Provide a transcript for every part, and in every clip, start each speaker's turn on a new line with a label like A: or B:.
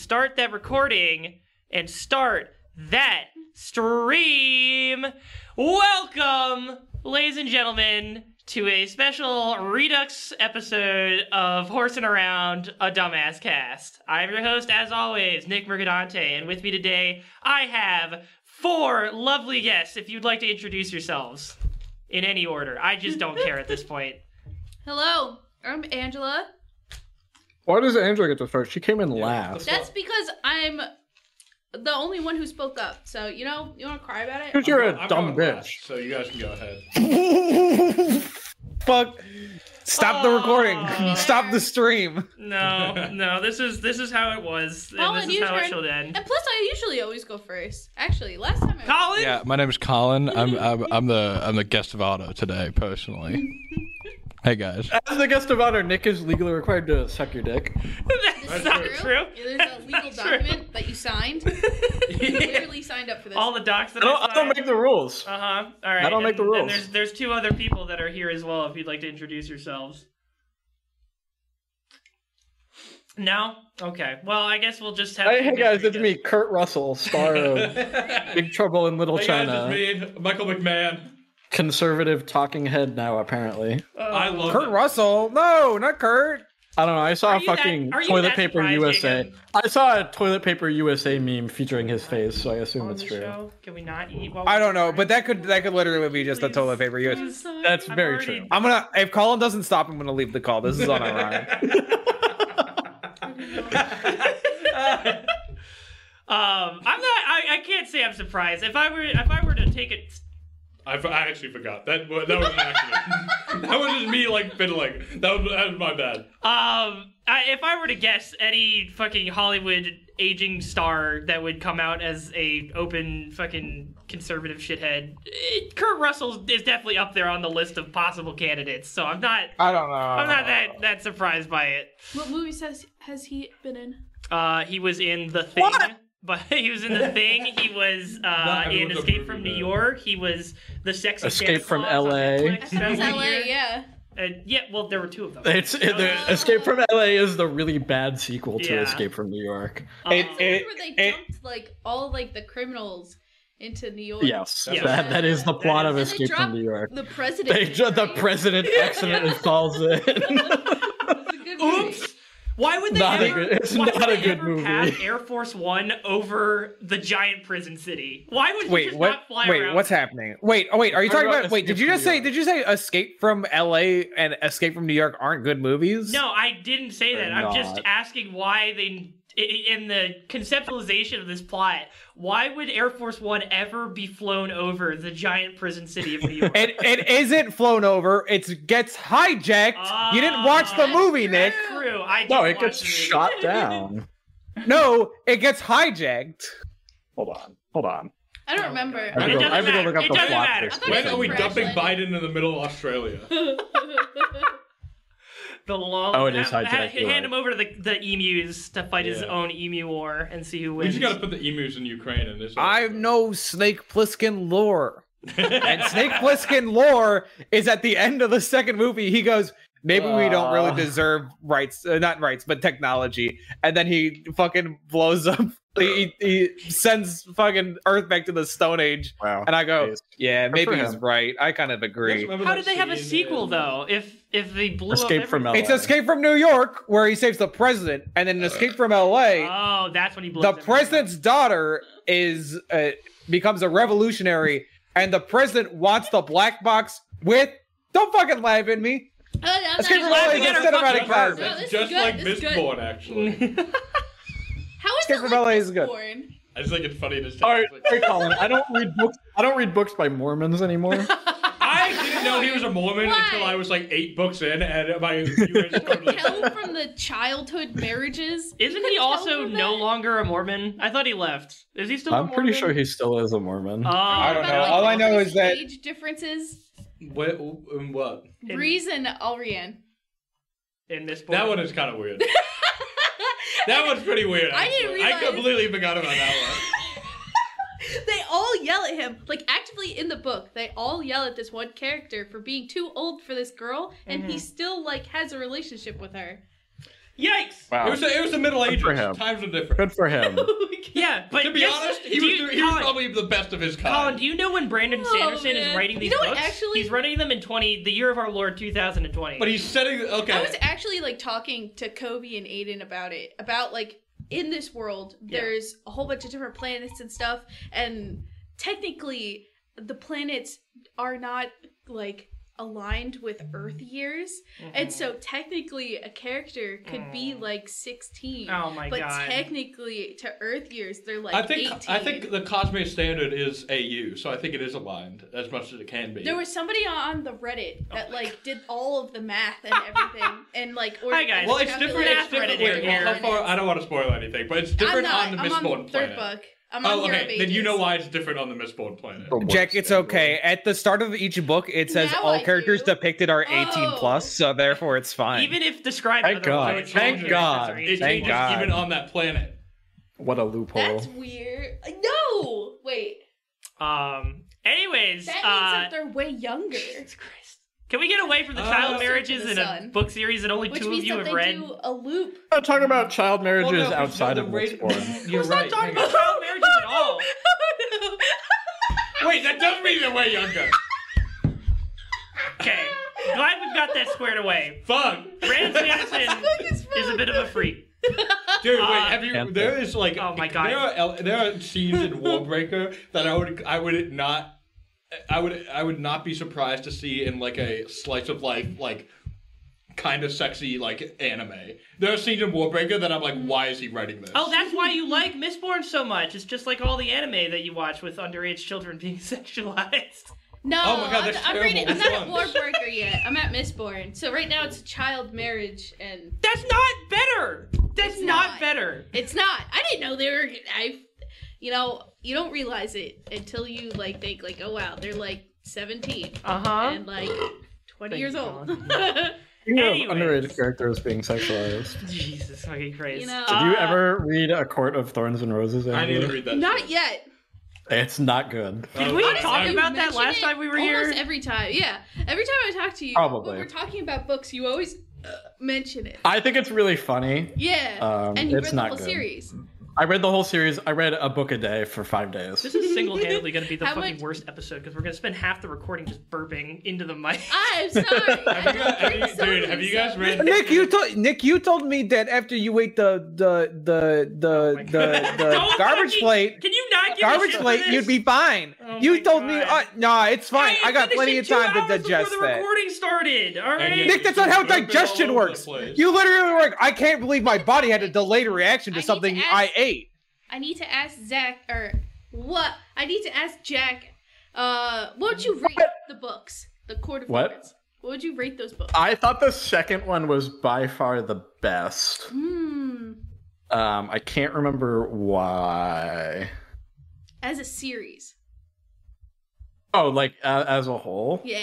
A: start that recording and start that stream. Welcome, ladies and gentlemen, to a special Redux episode of Horsing Around a Dumbass Cast. I'm your host, as always, Nick Mercadante, and with me today I have four lovely guests. If you'd like to introduce yourselves in any order, I just don't care at this point.
B: Hello, I'm Angela.
C: Why does Angela get to start? She came in last.
B: That's because I'm the only one who spoke up. So, you know, you want to cry about it?
C: Because you're
D: I'm
C: a
D: going- I'm
C: dumb
D: going last,
C: bitch.
D: so you guys can go ahead.
C: Fuck. Stop the
A: Aw.
C: recording. Stop the stream.
A: No, no, this is this is how it was, and
B: Colin,
A: this is
B: you
A: how it
B: turn-
A: should end.
B: And plus, I usually always go first. Actually, last time I
A: Colin,
E: Yeah, my name is Colin. I'm I'm, I'm the I'm the guest of auto today, personally. Hey guys.
C: As the guest of honor, Nick is legally required to suck your dick.
A: that's, not
B: Drew,
A: true.
B: Yeah, there's a legal
A: That's true.
B: document that you signed. You literally signed up for this.
A: All the docs that
C: I don't,
A: I,
C: I don't make the rules.
A: Uh huh. All right.
C: I don't make
A: and-
C: the rules.
A: And there's there's two other people that are here as well. If you'd like to introduce yourselves. No. Okay. Well, I guess we'll just have.
C: Hey, hey
A: to-
C: guys, it's me, Kurt Russell, star of Big Trouble in Little
D: Hey
C: China.
D: guys, it's me, Michael McMahon.
C: Conservative talking head now, apparently.
D: I
A: Um,
D: love
F: Kurt
D: it.
F: Russell? No, not Kurt.
C: I don't know. I saw
A: Are
C: a
A: you that-
C: fucking
A: are you
C: Toilet
A: that
C: Paper
A: surprised,
C: USA.
A: Jacob?
C: I saw a Toilet Paper USA meme featuring his face, so I assume
A: On
C: it's
A: the
C: Oh, true.
A: show? Can we not eat? While
F: I
A: we-
F: don't know, but that could that could literally be just a
A: Please.
F: toilet paper.
A: I'm
F: Yes.
A: sorry.
C: That's very
A: already-
C: true.
F: I'm gonna if Colin doesn't stop, I'm gonna leave the call. This is on our own.
A: Um, I'm not. I, I can't say I'm surprised. If I were if I were to take it,
D: I, f- I actually forgot. That wa- that was an accident. that was just me like fiddling. That was, that was my bad.
A: um, I, if I were to guess any fucking Hollywood aging star that would come out as a open fucking conservative shithead, eh, Kurt Russell is definitely up there on the list of possible candidates. So I'm not.
F: I don't know.
A: I'm not
D: Uh.
A: that that surprised by it.
B: what movies has, has he been in?
A: Uh, he was in The Thing. But he was in The Thing. He was uh,
D: Not
A: in
D: everyone's a
A: Escape from
D: movie
A: New
D: man.
A: York. He was the Sexy
C: Escape
A: Santa
C: from
A: Claus on
C: LA.
A: Netflix.
B: I think it was
A: That was
B: LA,
A: here.
B: yeah.
A: And yeah, well, there were two of them.
C: It's it, the Escape from LA is the really bad sequel to
A: Yeah.
C: Escape from New York.
A: Um,
F: It- it-
B: Remember where they
F: it-
B: dumped, like, all, like, the criminals into New York?
C: Yes,
A: Yes.
C: That, that is the
A: That
C: plot
A: is-
C: of
B: And they
C: Escape
B: dropped
C: from New York.
B: The president.
C: They ju- the
B: right?
C: president accidentally falls in.
B: It's a good movie.
A: Oops. Why would they
C: Not a
A: ever,
C: good- it's
A: why would
C: not a
A: they
C: good
A: ever
C: movie.
A: pass Air Force One over the giant prison city? Why would you
F: Wait,
A: just
F: what?
A: not fly
F: Wait,
A: around?
F: what's happening? Wait, oh wait, are you
C: I
F: talking
C: wrote
F: about? Wait,
C: Escape
F: did you
C: from
F: just
C: New
F: say?
C: York.
F: Did you say Escape from L.A. and Escape from New York aren't good movies?
A: No, I didn't say that.
C: They're
A: I'm just
C: not.
A: asking why they i- i- in the conceptualization of this plot, why would Air Force One ever be flown over the giant prison city of New York?
F: It it isn't flown over. It gets hijacked. you didn't watch the
A: Ah.
F: movie, Nick.
A: True, I did
C: no, it
A: watch
C: gets
A: the movie.
C: shot down.
F: No, it gets hijacked.
C: Hold on, hold on.
B: I don't remember.
C: I have
A: It
C: to go,
A: doesn't
C: I have to go
A: matter.
C: look up
A: It
C: the
A: doesn't
C: plot.
A: matter.
C: for this
B: I thought
D: When
B: it's
D: are we
B: Crash
D: dumping
B: landing.
D: Biden in the middle of Australia?
A: The long.
C: Oh, it is
A: ha- ha-
C: hijacked,
A: Hand
C: you're right.
A: him over to the, the emus to fight his
D: Yeah.
A: own emu war and see who
D: We
A: wins.
D: just gotta put the emus in Ukraine and this.
F: I know Snake Plissken lore. and Snake Plissken lore is at the end of the second movie. He goes, maybe we don't really
C: Uh.
F: deserve rights, uh, not rights, but technology. And then he fucking blows up. He, he he sends fucking Earth back to the Stone Age.
C: Wow.
F: And I go,
C: Jeez.
F: yeah,
C: for
F: maybe he's
C: him.
F: right. I kind of agree.
A: How did they have a sequel
D: uh,
A: though? If if they blew
C: Escape
A: up
C: from
A: everything?
C: LA.
F: It's Escape from New York, where he saves the president, and then in Escape from
C: Ah.
F: LA.
A: Oh, that's when he blew
F: the president's daughter is uh, becomes a revolutionary, and the president wants the black box with. Don't fucking laugh at me.
B: Oh, no, I'm
F: Escape
B: not
F: from LA
B: even-
F: is
A: laughing
F: a
A: at her fucking
F: cinematic
A: apartment.
F: classic.
B: No, this is
D: Just
B: good,
D: like
B: this is good.
D: Mistborn, actually.
B: How is
F: Escape
B: it
F: from
B: like
F: LA is
B: this
F: good.
B: porn?
D: I just think it's funny to say.
C: All right,
D: It's
C: hey
D: like-
C: Colin. I don't read books. I don't read books by Mormons anymore.
D: I didn't know he was a Mormon
B: Why?
D: until I was like eight books in, and my viewers totally.
B: Tell from the childhood marriages.
A: Isn't
B: You
A: he
B: couldn't tell
A: also
B: from
A: no
B: that?
A: longer a Mormon? I thought he left. Is he still? a
C: I'm pretty
A: Mormon?
C: sure he still is a Mormon.
A: Oh,
F: I don't
B: About,
F: know.
B: like,
F: All I know is
B: crazy
F: that-
B: age differences.
D: What? um, What?
A: In-
B: Breeze and Alrian.
A: in this.
D: That
A: point.
D: one is kind of weird. That one's pretty weird.
B: I didn't
D: actually.
B: realize-
D: I completely forgot about that one.
B: they all yell at him, like actively in the book. They all yell at this one
A: Mm-hmm.
B: character for being too old for this girl, and he still like has a relationship with her.
A: Yikes!
D: It was the, it was the Middle Ages.
E: for him.
D: Times were different.
E: Good for him.
B: Oh
A: Yeah, but
D: to be
A: this-
D: honest, he,
A: do
D: was,
A: you-
D: doing- he was
A: Colin,
D: probably the best of his kind.
A: Colin, do you know when Brandon
B: Oh,
A: Sanderson is
B: man.
A: writing these
B: You know what,
A: books?
B: actually-
A: He's writing them in twenty, the year of our Lord, two thousand and twenty.
D: but he's setting. Okay.
B: I was actually like talking to Kobe and Aiden about it. About like in this world,
A: Yeah.
B: there's a whole bunch of different planets and stuff, and technically the planets are not like aligned with Earth years.
D: Mm-hmm.
B: And so technically a character could be
D: Mm.
B: like sixteen.
A: oh my
B: but
A: god!
B: technically to Earth years they're like
D: I think
B: 18.
D: I think the cosmic standard is AU, so I think it is aligned as much as it can be.
B: there was somebody on the
D: Oh
B: Reddit that like did all of the math and everything and like or
A: Hi, guys.
D: well, it's different. It's
A: Math
D: different.
A: Reddit
D: Wait,
A: here.
D: well, how far? I don't want to spoil anything, but it's different
B: I'm
D: on
B: not,
D: the
B: I'm on
D: Mistborn
B: the
D: planet.
B: third book. I'm on
D: oh,
B: Hero
D: okay.
B: of
D: Then you know
B: Ages.
D: why it's different on the Mistborn planet.
F: Jack, it's okay. At the start of each book, it says
B: Now
F: all
B: I
F: characters
B: do.
F: depicted are 18
B: Oh.
F: plus, so therefore it's fine.
A: Even if described.
E: Thank
A: otherwise,
E: God.
A: it's
D: Thank
A: all characters
F: God.
A: are
D: It
A: easy.
F: Thank
D: changes
F: God.
D: even on that planet.
C: What a loophole.
B: That's weird. No, wait.
A: Um. Anyways,
B: That means
A: uh,
B: that they're way younger,
A: Jesus Christ. Can we get away from the
D: Uh,
A: child
D: Closer to
A: marriages
B: the
A: in a
B: sun.
A: book series that only
B: which
A: two of
B: means
A: you have
B: that they
A: read?
B: do a loop.
E: I'm not talking about child marriages
D: Well, no, because
E: outside
D: the
E: of
D: rate-
E: Bloodborne.
D: You're
A: We're not
D: right.
A: talking
D: hang on.
A: about child marriages at all.
B: Oh, no.
D: Wait, that does mean they're way younger.
A: Okay. Glad we've got that squared away.
D: Fuck.
A: Brandon Sanderson
B: Fuck is
A: is a
B: wrong?
A: bit of a freak.
D: Dude, wait,
A: Uh,
D: have you?
E: Panther.
D: There is like,
A: Oh my God.
D: there are el- there are scenes in Warbreaker that I would I would not, I would I would not be surprised to see in like a slice of life like kind of sexy like anime. There are scenes in Warbreaker that I'm like, why is he writing this?
A: Oh, that's why you like Mistborn so much. It's just like all the anime that you watch with underage children being sexualized.
B: No,
D: Oh my God,
B: I'm,
D: that's
B: I'm
D: terrible.
B: reading. I'm not at
D: Which
B: Warbreaker yet. I'm at Mistborn. So right now it's child marriage, and
A: That's not better. That's
B: It's
A: not.
B: not.
A: better.
B: it's not. I didn't know they were. I, you know, you don't realize it until you like think like, oh wow, they're like 17
A: Uh huh.
B: and like 20
A: Thank
B: years
A: you,
B: old.
E: Speaking of
A: Anyways.
E: underrated characters being sexualized.
A: Jesus fucking Christ.
B: You know-
A: Uh,
E: Did you ever read A Court of Thorns and Roses?
D: I need to
E: Andrew?
D: read that.
B: not yet.
E: It's not good.
A: Did
D: Oh,
A: we
D: honestly,
A: talk
B: you
A: about that
B: mention
A: last
B: it
A: time we were here?
B: almost every time, yeah. Every time I talk to you,
E: Probably.
B: when we're talking about books, you always uh, mention it.
E: I think it's really funny.
B: Yeah,
E: Um,
B: and you
E: it's
B: read
E: not
B: the whole
E: good.
B: series.
E: I read the whole series. I read a book a day for five days.
A: This is single-handedly going to be the
B: How
A: fucking
B: much-
A: worst episode because we're going to spend half the recording just burping into the mic.
B: I'm sorry.
D: Have you guys, have you, dude, have you guys read?
F: Nick, you told Nick, you told me that after you ate the the the
A: my
F: the the,
A: God.
F: the
A: Don't
F: garbage
A: fucking
F: plate,
A: Can you not give a
F: garbage
A: shit for
F: plate,
A: this?
F: you'd be fine.
A: Oh my
F: you told me, uh,
A: God.
F: nah, it's fine. I, got
A: finished
F: plenty
A: it
F: of
A: two
F: time to
A: hours before
F: digest
A: the
F: that.
A: recording started. All
D: And
A: right.
D: yet
F: Nick, that's not how
D: Burp it all
F: digestion
D: over the
F: works.
D: place.
F: You literally were like, I can't believe my body had a delayed
B: I
F: reaction to
B: need to
F: something
B: ask-
F: I ate.
B: I need to ask Zach or what? I need to ask Jack. Uh, what would you rate the books? The Court of
E: What?
B: Thorns. What would you rate those books?
E: I thought the second one was by far the best.
B: Hmm.
E: Um, I can't remember why.
B: As a series.
E: Oh, like uh, as a whole.
B: Yeah.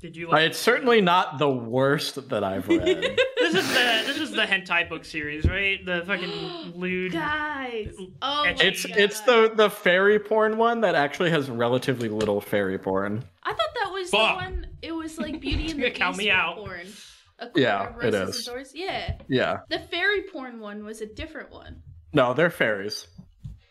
A: Did you
E: Uh,
A: like
E: it's certainly not the worst that I've read.
A: This is the this is the hentai book series, right? The fucking lewd.
B: Guys. Oh. my
E: it's
B: God.
E: it's the the fairy porn one that actually has relatively little fairy porn.
B: I thought that was
D: Fuck.
B: the one. It was like Beauty and the
A: Count
B: Beast
A: me out.
B: porn. A Court
E: Yeah,
B: of
E: it
B: Roses and
E: is.
B: Thorns. Yeah.
E: Yeah.
B: The fairy porn one was a different one.
E: No, they're fairies.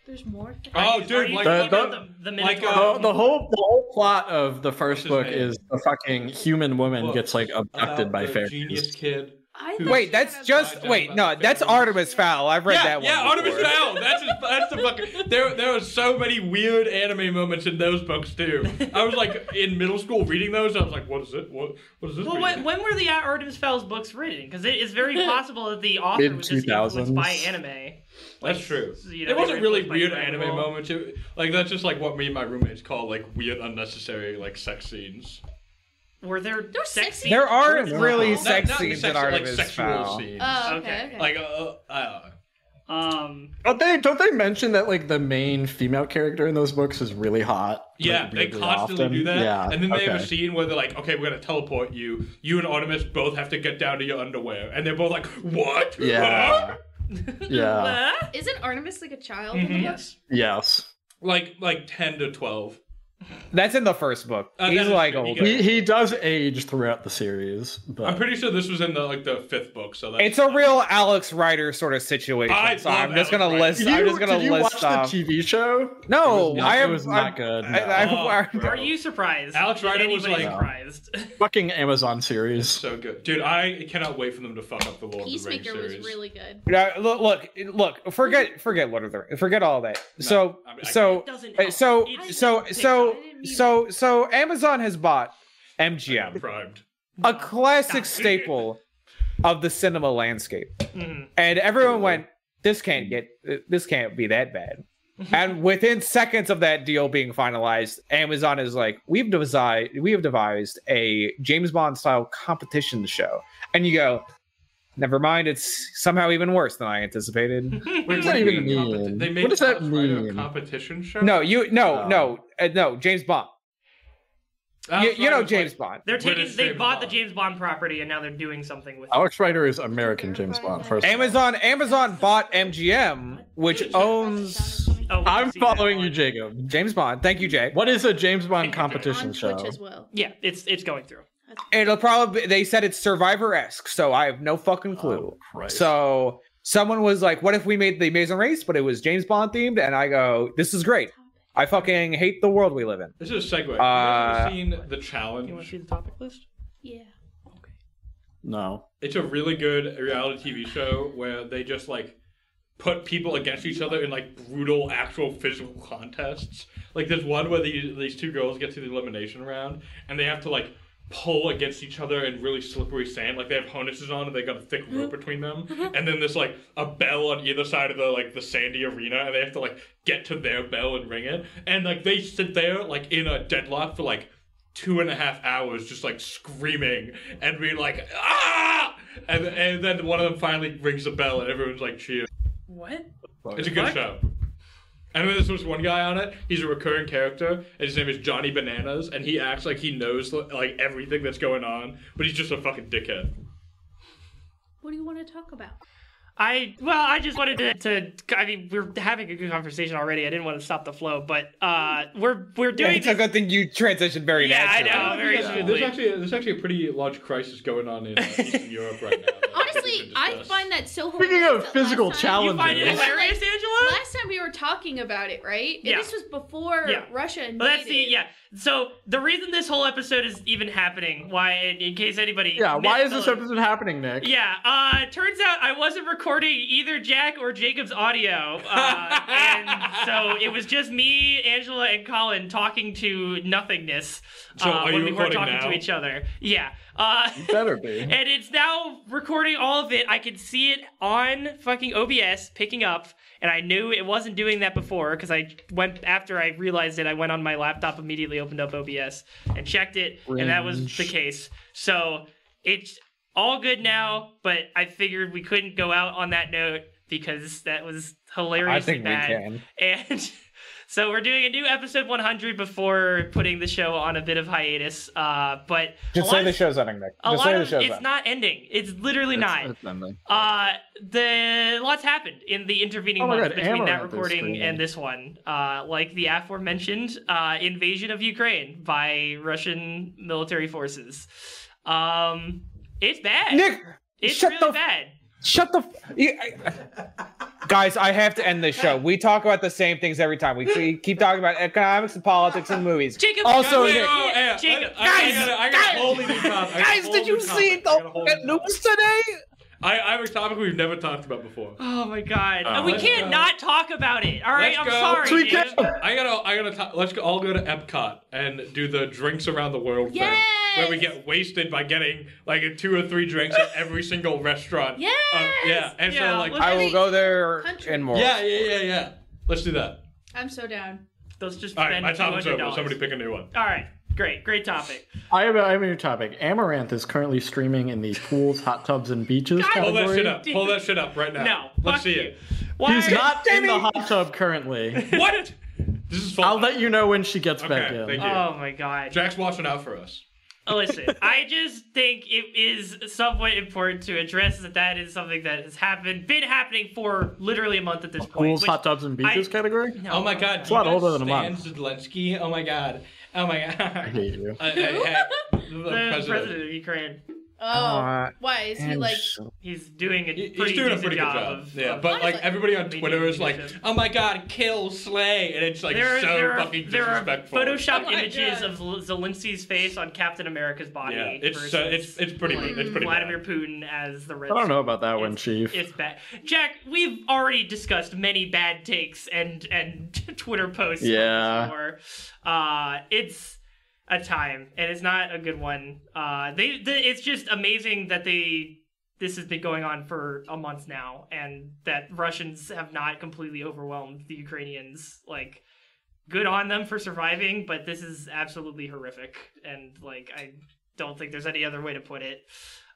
B: There's more.
D: Oh,
A: Are
D: dude,
A: you
D: like
A: talking
E: the-
A: about the, the
D: like,
A: Minotaur?
E: The,
D: uh,
E: the whole the whole plot of the first
D: What's
E: book
D: his name?
E: is a fucking human woman
D: Book
E: gets like abducted
D: about
E: by
D: the
E: fairies.
D: Genius kid.
B: I
D: Who-
B: thought
F: Wait,
B: she
F: that's
B: had a-
F: just
D: Judge
F: wait,
D: about
F: no,
D: the
F: that's
D: fairies.
F: Artemis Fowl. I've read
D: yeah,
F: that one.
D: yeah, Artemis
F: before.
D: Fowl. That's his, that's the fucking. There, there was so many weird anime moments in those books too. I was like in middle school reading those. I was like, what is it? What, what is this?
A: Well, when,
D: reading?
A: when were the Artemis Fowl's books written? Because it is very possible that the author was just influenced
E: Mid-2000s.
A: by anime.
D: that's true.
A: you know,
D: it wasn't
A: they
D: really
A: were
D: weird
A: like
D: anime
A: Dragon Ball.
D: moments. It, like that's just like what me and my roommates call like weird, unnecessary like sex scenes.
A: Were there,
B: were
A: sex
B: sex
A: scenes?
F: There are
E: Not-
F: really
A: not-
F: sex
D: not
F: scenes
D: sexual,
F: in Artemis
D: like sexual
F: Fowl.
D: scenes.
B: Oh, okay.
A: Okay.
B: okay.
D: like uh, uh, I don't know.
A: Um,
E: Don't they don't they mention that like the main female character in those books is really hot? like,
D: Yeah, they
E: weirdly
D: constantly
E: often?
D: do that.
E: Yeah,
D: and then they have
E: okay.
D: a scene where they're like, okay, we're going to teleport you. You and Artemis both have to get down to your underwear. And they're both like, what? Huh?
E: Yeah. yeah.
A: huh? Mm-hmm.
B: Isn't Artemis like a child? in the
D: Mhm.
B: book?
A: Yes.
E: Yes.
D: Like, like 10 to 12.
F: That's in the first book.
D: Uh, that
F: He's
D: is
F: like
D: true. He
F: older.
D: gets-
G: He, he does age throughout the series, but
D: I'm pretty sure this was in the like the fifth book, so that's Oh,
F: It's a real Alex Rider sort of situation.
D: I
F: so
D: love
F: I'm just gonna
D: Alex
F: list.
G: Did
F: I'm
G: you-
F: just gonna
G: did you
F: list
G: watch
F: off.
G: the TV show?
F: no,
G: It was not-
F: I
G: it
F: am.
G: was
F: I'm-
G: not good,
F: I,
G: no.
F: I'm-
D: Oh,
F: I'm-
D: bro.
A: Are you surprised?
D: Alex
A: Is
D: Rider was
A: anybody
D: like-
A: surprised.
G: Fucking Amazon series.
D: so good, dude. I cannot wait for them to fuck up the Lord of the Rings
B: Peacemaker was
D: series.
B: really good.
F: Yeah, look, look, look, forget, forget Lord of the Rings, forget all that. so,
D: I mean, I
F: so,
A: It doesn't
F: uh,
A: help.
F: so,
A: It doesn't
F: so,
A: pick
F: so,
A: up.
F: so, so, Amazon has bought
D: Yeah,
F: MGM,
D: primed.
F: a classic staple of the cinema landscape,
A: Mhm.
F: and everyone went, "This can't get, uh, this can't be that bad." and within seconds of that deal being finalized, Amazon is like, "We've devised, we have devised a James Bond style competition show," and you go. Never mind, it's somehow even worse than I anticipated.
G: What does
D: Wait,
G: that
D: wait,
G: even
D: a competi-
G: mean?
D: They made
G: What does that
D: Alex Rider a
G: mean?
D: competition show?
F: No, you no
G: Oh.
F: no uh, no James Bond.
D: Alex
F: You, you
D: Rider
F: know
D: was like-
F: James Bond.
A: They're
D: British
A: taking. They
D: James
A: bought the
D: Bond.
A: James Bond property, and now they're doing something with. it.
G: Alex Rider is American James Bond. First, of all.
F: Amazon Amazon bought MGM, which owns
A: Oh, we can
G: I'm
A: see that
G: following
A: one.
G: you, Jacob.
F: James Bond. Thank you, Jay.
G: What is a James Bond
B: on
A: Oh.
G: competition show?
B: Twitch as well.
A: Yeah, it's it's going through.
F: It'll probably they said it's Survivor esque, so I have no fucking clue.
G: Christ.
F: so someone was like, "What if we made the Amazing Race, but it was James Bond themed?" And I go, "This is great. I fucking hate the world we live in."
D: This is a segue.
F: Uh,
D: Have you ever seen the
A: You want to
D: challenge?
A: see the topic list?
B: Yeah.
G: no.
D: It's a really good reality TV show where they just like put people against each other in like brutal actual physical contests. Like there's one where these these two girls get to the elimination round and they have to like pull against each other in really slippery sand. Like they have harnesses on and they got a thick rope between them. And then there's like a bell on either side of the like the sandy arena and they have to like get to their bell and ring it. And like they sit there like in a deadlock for like two and a half hours just like screaming and being like ah and, and then one of them finally rings the bell and everyone's like cheer
A: What?
D: it's a good
A: What?
D: show and then there's this one guy on it he's a recurring character and his name is johnny bananas and he acts like he knows like everything that's going on but he's just a fucking dickhead
B: What do you want to talk about?
A: I well, I just wanted to, to. I mean, we're having a good conversation already. I didn't want to stop the flow, but uh, we're we're doing.
F: It's a good thing you transitioned very
A: Yeah, I
F: naturally.
A: know. Oh, very smoothly.
D: there's actually there's actually a pretty large crisis going on in uh, Eastern Europe right now. that
B: Honestly,
D: we can
B: I
D: discuss.
B: find that so
G: Speaking
B: hilarious that
G: of physical
B: last time-
G: challenges-
A: you find it
G: Last-
A: hilarious, Angela?
B: Last time we were talking about it, right? And
A: Yeah.
B: This was before
A: Yeah.
B: Russia invaded.
A: Well, that's the yeah. So the reason this whole episode is even happening, why, in, in case anybody,
G: Yeah. Why
A: missed
G: is this
A: the-
G: episode happening, Nick?
A: Yeah, uh, turns out I wasn't recording either Jack or Jacob's audio, uh, and so it was just me, Angela, and Colin talking to nothingness
D: So
A: uh,
D: are
A: when
D: you
A: we weren't
D: recording
A: talking
D: now?
A: to each other. Yeah, uh,
G: Better be.
A: and it's now recording all of it. I could see it on fucking OBS picking up, and I knew it wasn't doing that before because I went after I realized it. I went on my laptop immediately, opened up OBS, and checked it, and that was
G: Cringe.
A: the case. So it's all good now. But I figured we couldn't go out on that note because that was
F: I
A: hilariously
F: think we
A: bad.
F: can.
A: And so we're doing a new episode 100 before putting the show on a bit of hiatus. Uh, but a
F: Just
A: lot
F: say
A: of-
F: the show's ending, Nick.
A: a
F: Just say
A: lot
F: the
A: of
F: show's
A: it's
F: ending.
A: not ending. It's literally not.
G: It's- it's ending.
A: Uh, the lots happened in the intervening
G: Oh my
A: month
G: God,
A: between that
G: Amaranth is
A: recording
G: screaming.
A: and this one. Uh, like the aforementioned uh, invasion of Ukraine by Russian military forces. Um, it's bad.
F: Nick,
A: it's
F: shut
A: really
F: the f-
A: bad.
F: Shut the. F- you- I- Guys, I have to end this show. We talk about the same things every time. We we keep talking about economics and politics and movies.
A: Jacob,
F: also,
A: Jacob,
F: Nick,
D: Oh, yeah,
A: Jacob,
D: I, I,
F: guys,
D: I gotta, I gotta
F: guys,
D: hold these topics. I gotta
F: guys,
D: hold
F: did you
D: these topics.
F: see
D: I
F: the
D: gotta hold
F: fucking
D: these topics.
F: news today?
D: I, I have a topic we've never talked about before.
A: Oh my god,
G: Oh,
A: we
D: let's
A: can't
D: go.
A: not talk about it. All right,
D: Let's
A: I'm
D: go.
A: sorry.
G: Tweet
A: dude.
G: it.
D: I gotta, I gotta. T- let's go, all go to Epcot and do the drinks around the world thing, where we
B: Yes!
D: get wasted by getting like two or three drinks at every single restaurant.
B: Yes!
D: Um, yeah, and
A: Yeah,
D: so like,
A: let's-
F: I will go there
B: Country.
F: and more.
D: yeah, yeah, yeah, yeah. Let's do that.
B: I'm so down.
A: Let's just
D: All right,
A: spend
D: my topic's
A: $200.
D: over. Somebody pick a new one.
A: All right, great, great topic.
G: I have, a, I have a new topic. Amaranth is currently streaming in the pools, hot tubs, and beaches
D: Pull that shit
G: category.
D: up. Pull that shit up right now.
A: No,
D: let's
A: fuck
D: see
A: you.
D: it.
A: Why?
G: She's not in the hot tub currently.
D: What? This is fun.
G: I'll let you know when she gets back
D: Okay,
G: in.
D: thank you.
A: Oh my god.
D: Jack's watching out for us.
A: Listen, I just think it is somewhat important to address that that is something that has happened, been happening for literally a month at this point.
G: Pools,
A: which-
G: hot tubs, and beaches
A: I-
G: category?
A: No,
D: Oh my god,
G: It's a lot
D: do you guys
G: older than a
D: stand
G: month.
D: Zelensky. Oh my god. Oh my
G: I
D: god.
G: hate you.
D: Uh, hey, hey, the
A: The
D: president.
A: president. of Ukraine,
B: Oh,
F: Uh,
B: why is he like?
A: he's doing a
D: He-
A: pretty,
D: He's doing a
A: decent
D: pretty good job.
A: of.
D: yeah,
A: of-
D: but like
B: Honestly,
D: everybody on
A: they
D: Twitter
A: do-
D: is
A: they
D: like,
A: do.
D: "Oh my god, kill Slay," and it's like
A: there are,
D: so
A: there are,
D: fucking
A: there are
D: disrespectful.
A: Photoshop
B: Oh my
A: images
B: God.
A: of L- Zelensky's face on Captain America's body.
D: Yeah, it's
A: versus
D: so, it's it's pretty
A: like,
D: it's pretty bad.
A: Vladimir Putin as the
G: I
A: red.
G: don't know about that one,
A: It's-
G: Chief.
A: It's bad. Jack, we've already discussed many bad takes and and Twitter posts. on
G: Yeah.
A: this war. Uh, it's a time, and it's not a good one. Uh, they, they it's just amazing that they this has been going on for a month now, and that Russians have not completely overwhelmed the Ukrainians. Like, good on them for surviving, but this is absolutely horrific, and like I don't think there's any other way to put it.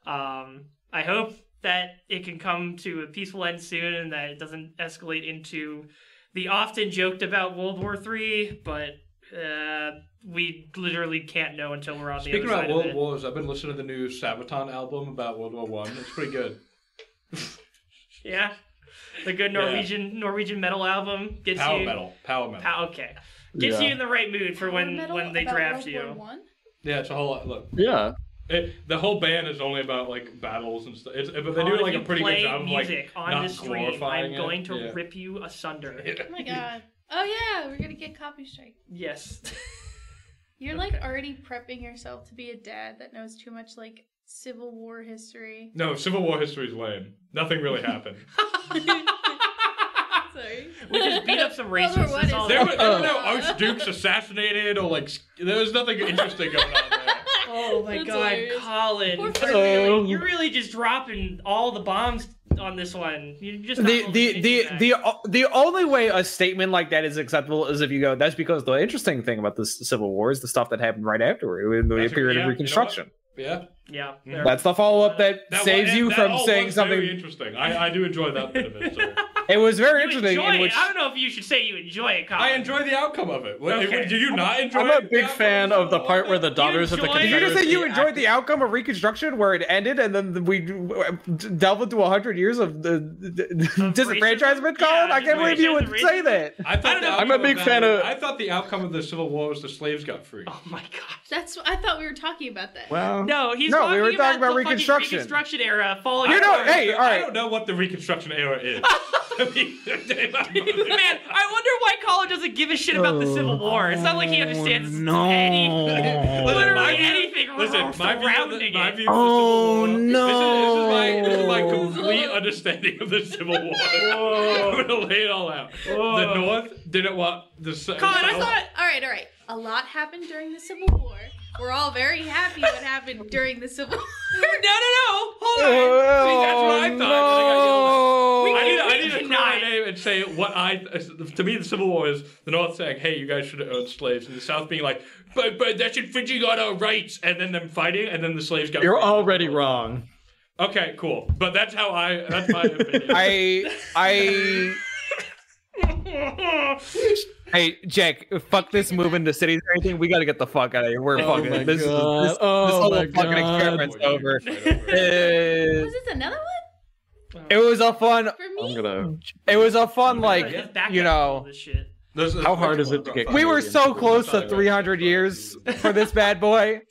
A: Um, I hope that it can come to a peaceful end soon and that it doesn't escalate into the often joked about World War Three, but uh, we literally can't know until we're on
D: Speaking
A: the other
D: about
A: side of
D: World
A: it.
D: Wars, I've been listening to the new Sabaton album about World War One. It's pretty good.
A: Yeah, the good
D: Yeah.
A: Norwegian Norwegian metal album gets
D: Power
A: you.
D: metal, power metal.
A: Pow- okay, gets
G: Yeah.
A: you in the right mood for when
B: Metal
A: when they
B: about
A: draft
B: World War
A: you.
B: One?
D: Yeah, it's a whole lot. Look,
G: Yeah.
D: it, the whole band is only about like battles and stuff. It's, but they
A: Colin,
D: do like
A: if
D: a
A: you
D: pretty
A: play
D: good job of like
A: music on
D: not
A: the stream. I'm
D: glorifying it.
A: going to
D: Yeah.
A: rip you asunder.
B: Oh my god. Oh yeah, we're gonna get copy strike.
A: Yes.
B: You're like
A: Okay.
B: already prepping yourself to be a dad that knows too much like Civil War history.
D: No, Civil War history is lame. Nothing really happened.
B: Sorry.
A: We just beat up some
B: World
A: racists,
B: War One
A: that's
B: is-
A: all.
D: there, were, there were no archdukes assassinated or like s- there was nothing interesting going on there.
A: oh my
B: That's
A: god,
B: hilarious.
A: Colin.
B: Poor
A: You're really, you're really just dropping all the bombs on this one. You're just not
F: the
A: holding
F: the
A: anything
F: the
A: back.
F: the the only way a statement like that is acceptable is if you go. That's because the interesting thing about this civil war is the stuff that happened right afterward, the
D: That's- yeah,
F: period
D: you know
F: of
D: what?
F: Reconstruction.
D: Yeah,
A: yeah.
D: Mm.
A: there-
F: That's the follow up that,
D: That wa-
F: saves
D: that- oh,
F: you
D: that
F: from
D: all
F: saying
D: was
F: something.
D: Very interesting. I, I do enjoy that bit of it. Sorry.
F: It was very
A: You
F: interesting.
A: enjoy
F: In which
A: it. I don't know if you should say you enjoy it, Colin.
D: I enjoy the outcome of it. What,
A: Okay.
D: Do you not enjoy?
G: I'm a
D: the
G: big
D: outcome
G: fan of the
D: Civil War?
G: part where the daughters of the
A: enjoy- Did
F: Did you just
G: Confederacy.
F: say you enjoyed the outcome of Reconstruction, where it ended, and then we delve into hundred years of the, the- the
A: Of racism?
F: disenfranchisement?
A: Yeah,
F: Colin, I can't believe you would
A: disenfranchisement,
F: say that.
D: I thought
A: I don't
D: the
A: know.
D: outcome
G: I'm a big
D: that
G: fan
D: was-
G: of-
D: I thought the outcome of the Civil War was the slaves got free.
A: Oh my god.
B: That's I thought we were talking about that.
F: Well,
A: No, he's
F: no,
A: talking
F: we were talking
A: about,
F: about
A: the fucking
F: Reconstruction.
A: Reconstruction era. Following
F: You know-
A: up.
F: hey, all
D: I
F: right.
D: don't know what the Reconstruction era is. I mean,
A: Man, I wonder why Colin doesn't give a shit about the Civil War. It's not like he understands any, literally
D: my view-
A: anything
D: Listen, my view, of the,
A: surrounding
D: my
A: it.
D: view of the Civil War. This
F: Oh,
D: is, this is my, this is my
F: no.
D: complete understanding of the Civil War. I'm gonna lay it all out. The North didn't want the South.
A: Colin, I thought
B: all right, all right. A lot happened during the Civil War. We're all very happy what happened during the Civil War.
A: No, no, no! Hold on.
D: See, that's what I
F: Oh,
D: thought. I need, I need to
A: We
D: clear my
A: cannot.
D: name and say what I. To me, the Civil War is the North saying, "Hey, you guys should have owned slaves," and the South being like, "But, but that's infringing on our rights," and then them fighting, and then the slaves got.
G: You're
D: free.
G: already wrong.
D: Okay, cool. But that's how I. That's my opinion.
F: I I Hey Jack, fuck this moving to cities or anything. We gotta get the fuck out of here. We're
G: Oh
F: fucking
G: my
F: this, is-
G: God.
F: this, this
G: Oh
F: whole
G: my
F: fucking
G: God.
F: experiment's over. Uh,
B: Was this another one
F: it was a fun
B: for
G: I'm
B: me?
G: gonna.
F: it was a fun
A: His
F: like
A: back
F: you
A: up all
F: know
A: this shit.
D: This is-
G: How hard is it to get-
F: we were so close
D: Sorry,
F: to
D: guys.
F: 300 years for this bad boy.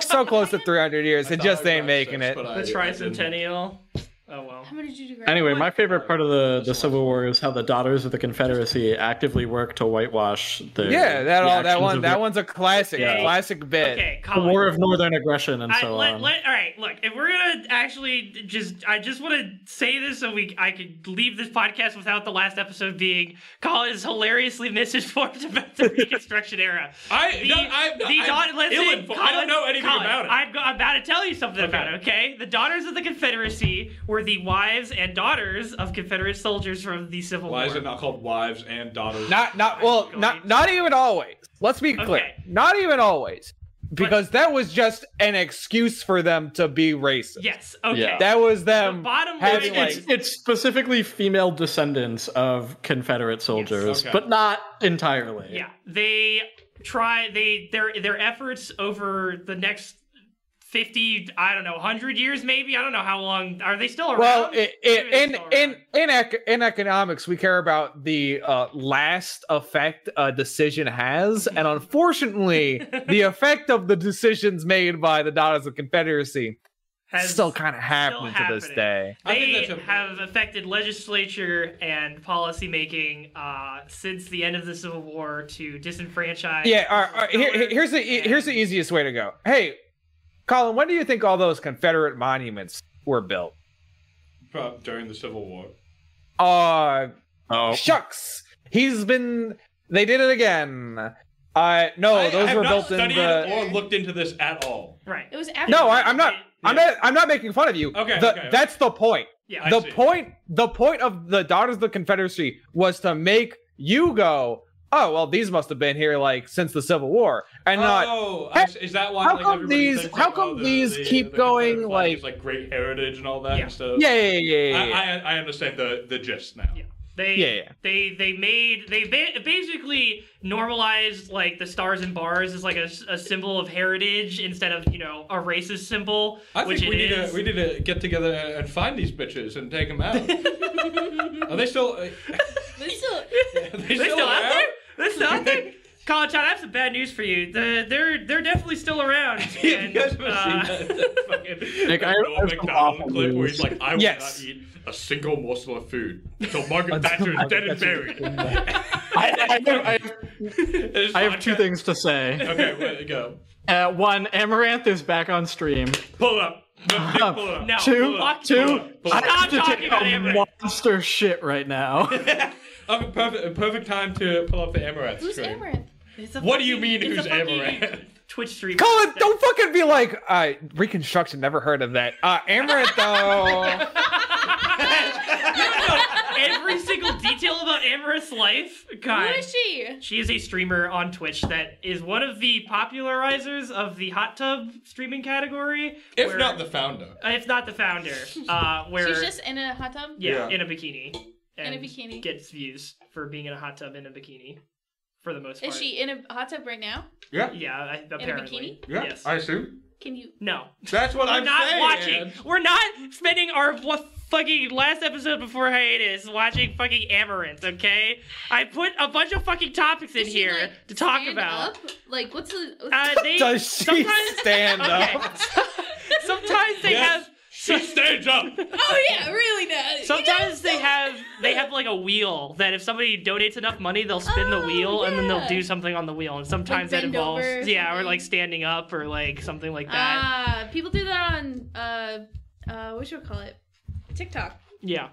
F: So close to 300 years. It just ain't making it.
A: The tricentennial. Oh well.
B: How many did you grab?
G: Anyway, my favorite part of the, the Civil War is how the daughters of the Confederacy actively work to whitewash the
F: Yeah, that
G: the
F: all that
G: actions
F: one
G: of
F: that
G: the,
F: one's a classic,
A: Yeah.
F: classic bit.
A: Okay,
G: the
A: Colin.
G: War of Northern Aggression and
A: I,
G: so
A: let,
G: on.
A: let, all right, look. If we're gonna actually just, I just want to say this so we, I could leave this podcast without the last episode being Colin is hilariously misinformed about the Reconstruction era.
D: I,
A: The,
D: no, I,
A: the
D: I,
A: daugh- listen,
D: Ill-informed. I
A: Colin-
D: don't know anything
A: Colin,
D: about it.
A: I'm, go- I'm about to tell you something about it, okay? The daughters of the Confederacy were the wives and daughters of Confederate soldiers from the Civil
D: Why
A: War.
D: is it not called wives and daughters?
F: Not not well, not not even always. Let's be clear.
A: Okay.
F: Not even always. Because that was just an excuse for them to be racist.
A: Yes, okay.
G: Yeah.
F: That was
A: the
F: them
A: bottom line
F: having
A: is,
F: like
G: it's, it's specifically female descendants of Confederate soldiers,
D: Okay.
G: but not entirely.
A: Yeah, they try they their their efforts over the next 50, I don't know, 100 years maybe? I don't know how long. Are they still around?
F: Well, i
A: Maybe
F: i
A: they're
F: in
A: still
F: in
A: around.
F: in ec- in economics, we care about the uh, last effect a decision has, and unfortunately, the effect of the decisions made by the Daughters of Confederacy
A: Has-
F: still kind of happen to this
A: happening.
F: day.
D: I think
A: They
D: that's a-
A: have affected legislature and policymaking uh, since the end of the Civil War to disenfranchise.
F: Yeah, all right, all right, here- here- here's the e- here's the easiest way to go. Hey, Colin, when do you think all those Confederate monuments were built?
D: Prob- uh, during the Civil War.
F: Uh
G: Oh,
F: shucks, he's been. They did it again. Uh, no,
D: I-
F: those
D: I have
F: were
D: not
F: built in
D: studied
F: the.
D: or looked into this at all.
A: Right.
B: It was after.
F: No, I, I'm not. I'm
D: Yeah.
F: not. I'm not making fun of you.
D: Okay,
F: The-
D: okay, okay.
F: that's the point.
A: Yeah.
F: the
D: see.
F: point. The point of the Daughters of the Confederacy was to make you go. Oh well, these must have been here like since the Civil War, and not.
D: oh, I see. is that why?
F: How
D: like,
F: come
D: everybody
F: these-
D: thinks,
F: how
D: like,
F: come
D: oh, the-
F: these
D: the-
F: keep
D: the
F: going,
D: Confederate flag is,
F: like-
D: like great heritage and all that
A: Yeah.
D: instead of
F: Yeah, yeah, yeah, yeah, yeah.
D: Oh. I, I, I understand the the gist now.
A: Yeah. They,
F: Yeah, yeah.
A: they they made they ba- basically normalized like the stars and bars as like a, s- a symbol of heritage instead of you know a racist symbol,
D: I
A: which
D: think we
A: it
D: need
A: is.
D: to we need to get together and and find these bitches and take them out. Are they still? Are
B: But still,
D: they
A: They
D: still,
A: still out
D: around?
A: there? They still out there? Colin, Todd, I have some bad news for you. They're they're, they're definitely still around.
D: Yeah, you
A: And,
D: guys must
A: uh,
D: see that, that fucking
G: Nick, I-
D: that
G: I
D: Norm
G: have some awful
D: MacDonald clip where he's
G: news.
D: like, I
F: Yes.
D: will not eat a single morsel of food until Margaret Thatcher is dead and buried.
G: I, I, know- I,
D: It's
G: I have two
D: vodka.
G: things to say.
D: Okay, wait, go.
G: Uh, one, Amaranth is back on stream.
D: Pull up. Um, No, Nick, pull up.
A: No.
G: Two,
A: Fuck
G: two.
D: you. Stop
G: I have to
A: talking
G: take
A: about
G: a
A: Amaranth.
G: monster shit right now.
D: Okay, perfect, perfect time to pull up the Amaranth
B: who's
D: screen.
B: Amaranth?
A: it's a
D: What do you
A: fucking-
D: mean,
A: it's a
D: who's
A: fucking
D: Amaranth?
A: Twitch stream.
F: Colin, don't fucking be like uh, Reconstruction. Never heard of that. Uh, Amaranth though.
A: Every single detail about Amaranth's life. God.
B: Who is she?
A: She is a streamer on Twitch that is one of the popularizers of the hot tub streaming category.
D: If
A: where-
D: not the founder.
A: Uh, if not the founder, uh, where
B: She's just in a hot tub.
A: yeah,
D: Yeah.
A: in a bikini,
B: In a
A: and
B: bikini.
A: gets views for being in a hot tub in a bikini, for the most part.
B: Is she in a hot tub right now?
D: Yeah.
A: Yeah, I- apparently.
B: bikini?
D: Yeah.
A: Yes.
D: I assume.
B: Can you?
A: No,
D: That's what
A: we're
D: I'm
A: not
D: saying.
A: watching. We're not spending our wa- fucking last episode before hiatus watching fucking Amaranth. Okay, I put a bunch of fucking topics in
B: Does she,
A: here
B: like,
A: to talk
B: stand
A: about.
B: Up? Like, what's the? What's
A: Uh, they
F: Does she
A: sometimes
F: stand
A: okay.
F: up?
A: sometimes they
D: Yes.
A: have
D: She stands up.
B: oh yeah, really does. You
A: Sometimes
B: know,
A: they have they have like a wheel that if somebody donates enough money, they'll spin
B: Oh,
A: the wheel and then they'll
B: yeah.
A: do something on the wheel. And sometimes that
B: bend
A: involves
B: over or
A: yeah, or
B: something.
A: like standing up or like something like that.
B: Ah, people do that on uh, uh, what should we call it? TikTok.
A: yeah,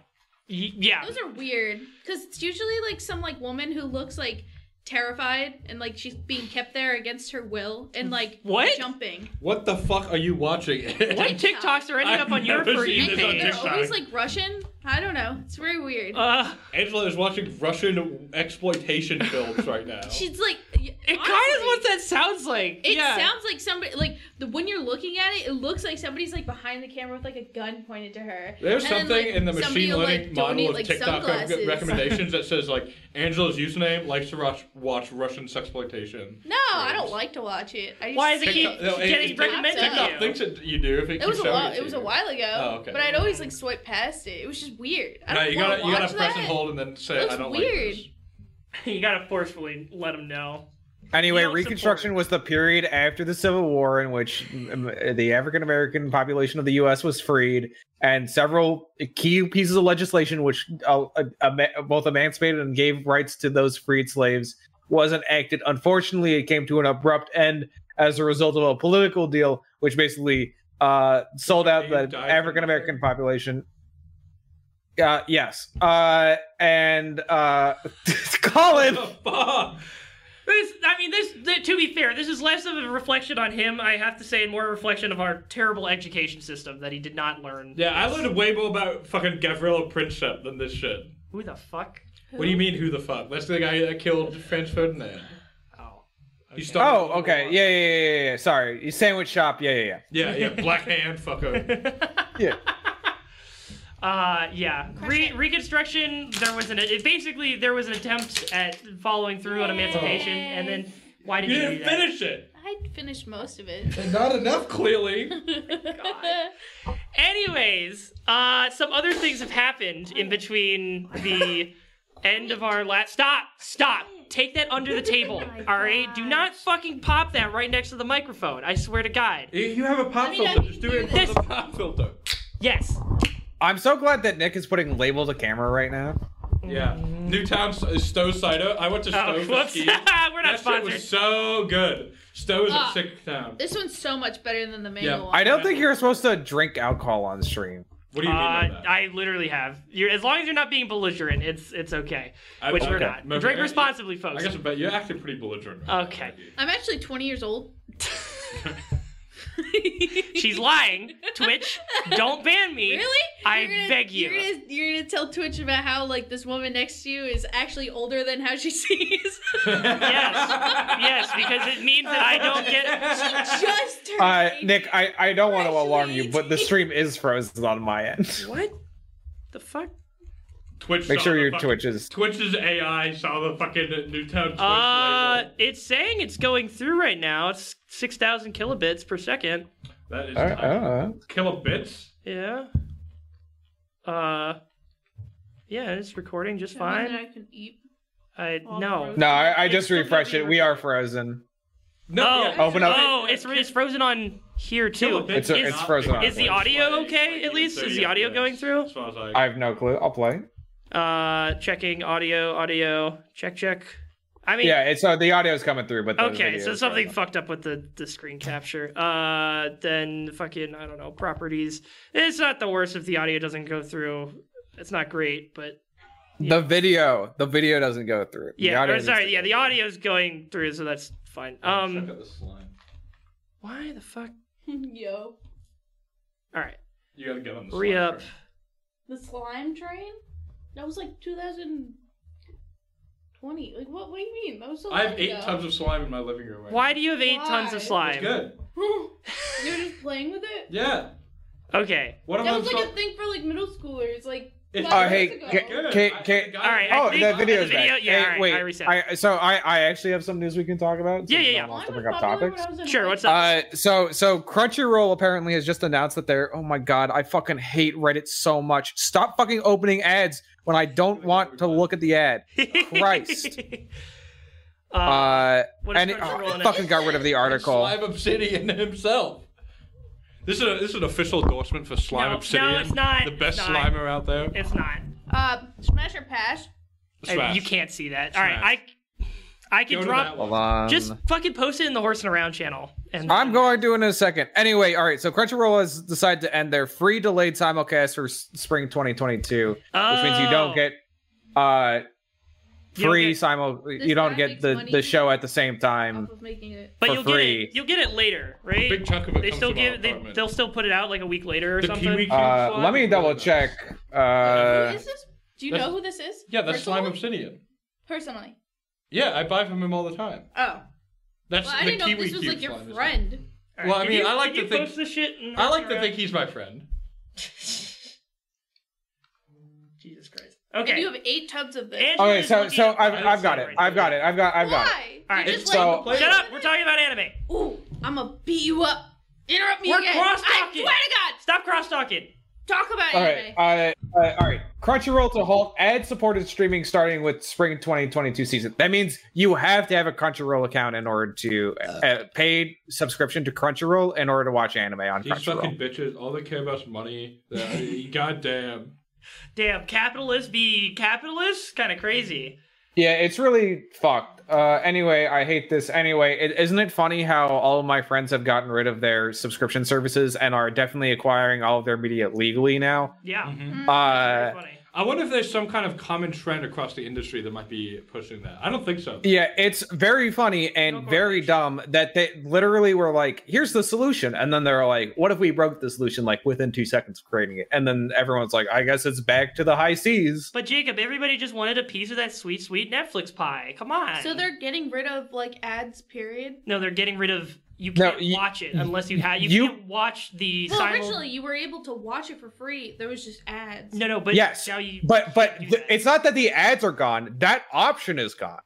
A: Y- yeah.
B: Those are weird because it's usually like some like woman who looks like terrified and like she's being kept there against her will and like
A: What?
B: jumping.
D: What the fuck are you watching?
A: What TikToks are ending
D: I've
A: up on your
D: never
A: for
D: seen
A: you
D: this
B: And
D: on
B: they're
A: page?
D: TikTok.
B: always like Russian. I don't know. It's very weird.
A: Uh,
D: Angela is watching Russian exploitation films right now.
B: She's like,
A: it kind of is what that sounds like.
B: It
A: yeah.
B: sounds like somebody like the when you're looking at it, it looks like somebody's like behind the camera with like a gun pointed to her.
D: There's
B: And then,
D: something
B: like,
D: in the
B: somebody
D: machine
B: will,
D: learning
B: like,
D: model
B: donate,
D: of
B: like,
D: TikTok rec-
B: sunglasses.
D: recommendations that says like Angela's username likes to watch, watch Russian sexploitation.
B: No, I don't like to watch it. I just,
A: Why is it keep
D: TikTok- no, it-
A: getting
D: it-
A: recommended to
D: TikTok
A: you?
D: thinks that you do if it,
B: It was a
D: keeps showing
B: while.
D: to
B: It was a
D: you.
B: while ago.
D: Oh, okay.
B: But I'd always like swipe past it. It was just weird. I
D: No,
B: don't
D: you gotta
B: wanna
D: you gotta
B: watch
D: press
B: that.
D: and hold and then say
B: It looks
D: I don't
B: weird.
D: like this.
A: you gotta forcefully let them know.
F: Anyway,
A: You don't
F: Reconstruction
A: support.
F: was the period after the Civil War in which mm, the African American population of the U.S. was freed, and several key pieces of legislation which uh, uh, ema- both emancipated and gave rights to those freed slaves was enacted. Unfortunately, it came to an abrupt end as a result of a political deal, which basically uh, sold out
D: They
F: the
D: died from
F: African American population. Uh, yes, uh, and uh, Colin.
D: Oh, fuck.
A: This, I mean, this. th- to be fair, this is less of a reflection on him, I have to say, and more a reflection of our terrible education system that he did not learn.
D: Yeah, I learned way more about fucking Gavrilo Princip than this shit.
A: Who the fuck?
D: What do you mean? Who the fuck? That's the guy that killed Franz Ferdinand.
A: Oh,
D: He
F: Oh,
D: started-
F: okay. Yeah, yeah, yeah, yeah, yeah. Sorry. You sandwich shop. Yeah, yeah, yeah.
D: yeah, yeah. Black hand fucker.
A: uh, yeah. Re-
B: Crush it.
A: reconstruction. There was an. It, basically, there was an attempt at following through on emancipation, and then why did
D: You
A: you do
D: didn't
A: that?
D: finish it.
B: I I finished most of it.
D: And not enough, clearly.
A: Anyways, uh, some other things have happened in between the end of our last. Stop! Stop! Take that under the
B: Oh
A: table. All right, do not fucking pop that right next to the microphone. I swear to God.
D: you have a pop
B: Let me know
D: filter.
B: if you
D: Just do
B: can
D: it
B: do
D: from
A: this.
D: the pop filter.
A: Yes.
F: I'm so glad that Nick is putting label to camera right now.
D: Yeah.
F: Mm-hmm.
D: Newtown S- Stowe cider. I went to Stowe
A: Oh,
D: for
A: whoops.
D: ski.
A: We're not
D: that shit was
A: sponsored. Uh,
D: so good. Stowe is
B: Ah.
D: a sick town.
B: this one's so much better than the mango
D: Yeah.
B: one.
F: I don't think you're supposed to drink alcohol on stream.
D: What do
A: Uh,
D: you mean by that?
A: I literally have. You're, as long as you're not being belligerent, it's it's okay.
D: I-
A: Which we're
D: okay.
A: not.
D: Remember,
A: Drink
D: I-
A: responsibly,
D: I,
A: folks.
D: guess I bet you're acting pretty belligerent. Right
A: Okay.
B: I'm actually 20 years old.
A: She's lying. Twitch, don't ban me.
B: Really?
A: I
B: You're gonna-
A: beg you.
B: You're gonna, you're gonna tell Twitch about how like this woman next to you is actually older than how she seems.
A: Yes. Yes, because it means that I don't get.
B: Just her.
F: Uh, Nick, I, I don't want to alarm you, but the stream is frozen on my end.
A: What? The fuck?
D: Twitch.
F: Make
D: saw
F: sure
D: the
F: your
D: fucking-
F: Twitch is.
D: Twitch's AI saw the fucking Newtown Twitch.
A: Uh,
D: label.
A: it's saying it's going through right now. It's six thousand kilobits per second.
D: that is
F: Uh, uh,
D: kilobits.
A: Yeah. Uh. Yeah, it's recording just fine.
B: I can eat.
A: I
B: All
A: no.
B: frozen.
F: no, I, I
A: It's
F: just
A: still
F: refreshed it.
A: gonna be
F: We are frozen.
D: No,
A: Oh,
D: yeah,
F: Open up.
A: Oh, it's it's frozen on here too.
D: kilobits
F: It's a-
D: is
A: it's
D: not-
F: frozen on
A: Is the
F: Twitch.
A: audio
D: Like,
A: okay? At
D: like,
A: least is the
D: 30
A: audio
D: FPS,
A: going through?
D: As far as I,
F: I have no clue. I'll play.
A: Uh, checking audio, audio, check, check. I mean,
F: Yeah, it's uh, the audio's coming through, but the
A: okay,
F: video
A: so
F: is
A: something
F: frozen.
A: fucked up with the the screen capture. Uh, then fucking I don't know properties. It's not the worst if the audio doesn't go through. It's not great, but
F: The video, the video doesn't go through. The
A: yeah.
F: audio
A: Or,
F: needs to
A: sorry, yeah,
F: go
A: the audio's going through, so that's fine.
D: Check
A: Um,
D: out this line.
A: why the fuck?
B: Yo,
A: All right,
D: You gotta get on the
A: re up.
D: slide first.
B: the slime train. That was like 2020. Like what? What do you mean? That was so.
D: I have
B: long
D: eight
B: ago.
D: tons of slime in my living room. Right
A: Why do you have eight tons of
D: now.
A: slime?
D: It's good.
B: You're just playing with it.
D: Yeah.
A: Okay,
D: What am
B: That
D: I
B: was like a
D: supposed-
B: thing for like middle schoolers. Like.
D: It's-
B: five
F: Oh, hey,
B: years ago.
F: get-
D: Good.
F: Can-
D: I-
F: can-
D: I got
A: all right.
D: it.
A: I
F: Oh,
A: think
F: the video's
A: the video-
F: back.
A: yeah,
F: Hey,
A: all right,
F: wait.
A: I reset.
F: so I, I actually have some news we can talk about.
A: Yeah,
F: since
A: yeah,
F: no
A: yeah.
B: Slime
F: one wants to
B: was
F: bring up
B: popular when I
F: topics.
B: was in
A: sure.
B: high
A: What's up?
F: Uh, so so Crunchyroll apparently has just announced that they're oh my god, I fucking hate Reddit so much. Stop fucking opening ads when I don't want to look at the ad. Christ.
A: Uh,
F: Uh,
A: what is
F: and it, oh,
A: Crunchyroll
F: it
A: announced?
F: fucking got rid of the article.
D: Slime Obsidian himself. This is, a, this is an official endorsement for Slime
A: No, no,
D: Obsidian.
A: it's not.
D: The best
A: It's not.
D: slimer out there.
A: It's not.
B: Uh, smash or pass?
A: Uh,
D: Smash.
A: You can't see that. All right,
D: Smash.
A: I, I can
D: Go to
A: drop.
D: that one.
F: Hold on.
A: Just fucking post it in the Horse and Around channel. And
F: Um, I'm going to in a second. Anyway, all right. So Crunchyroll has decided to end their free delayed simulcast for s- spring 2022, which means you
A: Oh.
F: don't get uh
A: You don't
F: free
A: get-
F: simul. you
B: guy
F: don't
B: makes
F: get the
B: money.
F: the show at the same time.
B: Off of making it.
A: but
F: for
A: you'll
F: free.
A: get it. You'll get it later, right?
D: A big chunk of it
A: they
D: comes
A: still
D: from our
A: give. They,
D: apartment.
A: they'll still put it out like a week later or
D: The
A: something.
B: Oh,
D: Kiwi Cube
F: Uh,
D: slime
F: let me
D: is really
F: double
D: nice.
F: check.
B: who
F: Uh,
B: is this? Do you
D: that's-
B: know who this is?
D: Yeah, that's Slime
B: Personally?
D: Obsidian.
B: Personally.
D: Yeah, I buy from him all the time.
B: Oh.
D: That's
B: Well, I
D: the
B: didn't know
D: Kiwi
B: if this was
D: Cube
B: like your
D: slime, isn't it?
B: friend.
A: All right,
D: well, I
A: did
D: mean,
A: you-
D: I like
A: did
D: to
A: you
D: think-
A: post this shit. in
D: I
A: Horse
D: like
A: and
D: to
A: Around?
D: think he's my friend.
A: Jesus Christ.
B: And
A: Okay.
B: you have eight tubs of this.
A: And-
F: okay, so
A: Looking
F: so
A: at-
F: I've, I've got it. I've got it. I've got I've got it.
B: Why?
A: All right.
B: You're just
F: It's so-
B: like,
A: Shut up. We're talking about anime.
B: Ooh, I'm gonna beat you up. Interrupt me
A: We're
B: again. I
A: cross-talking.
B: swear to
A: Stop cross talking.
B: God. Talk about
F: All
B: anime.
F: right. Uh, uh, all right. Crunchyroll to halt ad-supported streaming starting with spring 2022 season. That means you have to have a Crunchyroll account in order to uh, paid subscription to Crunchyroll in order to watch anime on
D: These
F: Crunchyroll.
D: fucking bitches, all they care about is money. They're- Goddamn.
A: Damn, capitalist be capitalist. Kind of crazy.
F: Yeah, it's really fucked. Uh, anyway, I hate this. Anyway, it, isn't it funny how all of my friends have gotten rid of their subscription services and are definitely acquiring all of their media legally now?
A: Yeah.
F: Uh,
A: Very funny.
D: I wonder if there's some kind of common trend across the industry that might be pushing that. I don't think so.
F: yeah, it's very funny and very dumb that they literally were like, "Here's the solution," and then they're like, "What if we broke the solution like within two seconds of creating it?" And then everyone's like, "I guess it's back to the high seas."
A: But Jacob, everybody just wanted a piece of that sweet, sweet Netflix pie. Come on.
B: So they're getting rid of like ads, period.
A: no, they're getting rid of. You
F: No,
A: can't
F: you-
A: watch it unless you have. You,
F: you-
A: can't watch the.
B: Well,
A: simul-
B: originally you were able to watch it for free. There was just ads.
A: No, no, but
F: Yes,
A: now you.
F: But but
A: you
F: th- it's not that the ads are gone; that option is gone.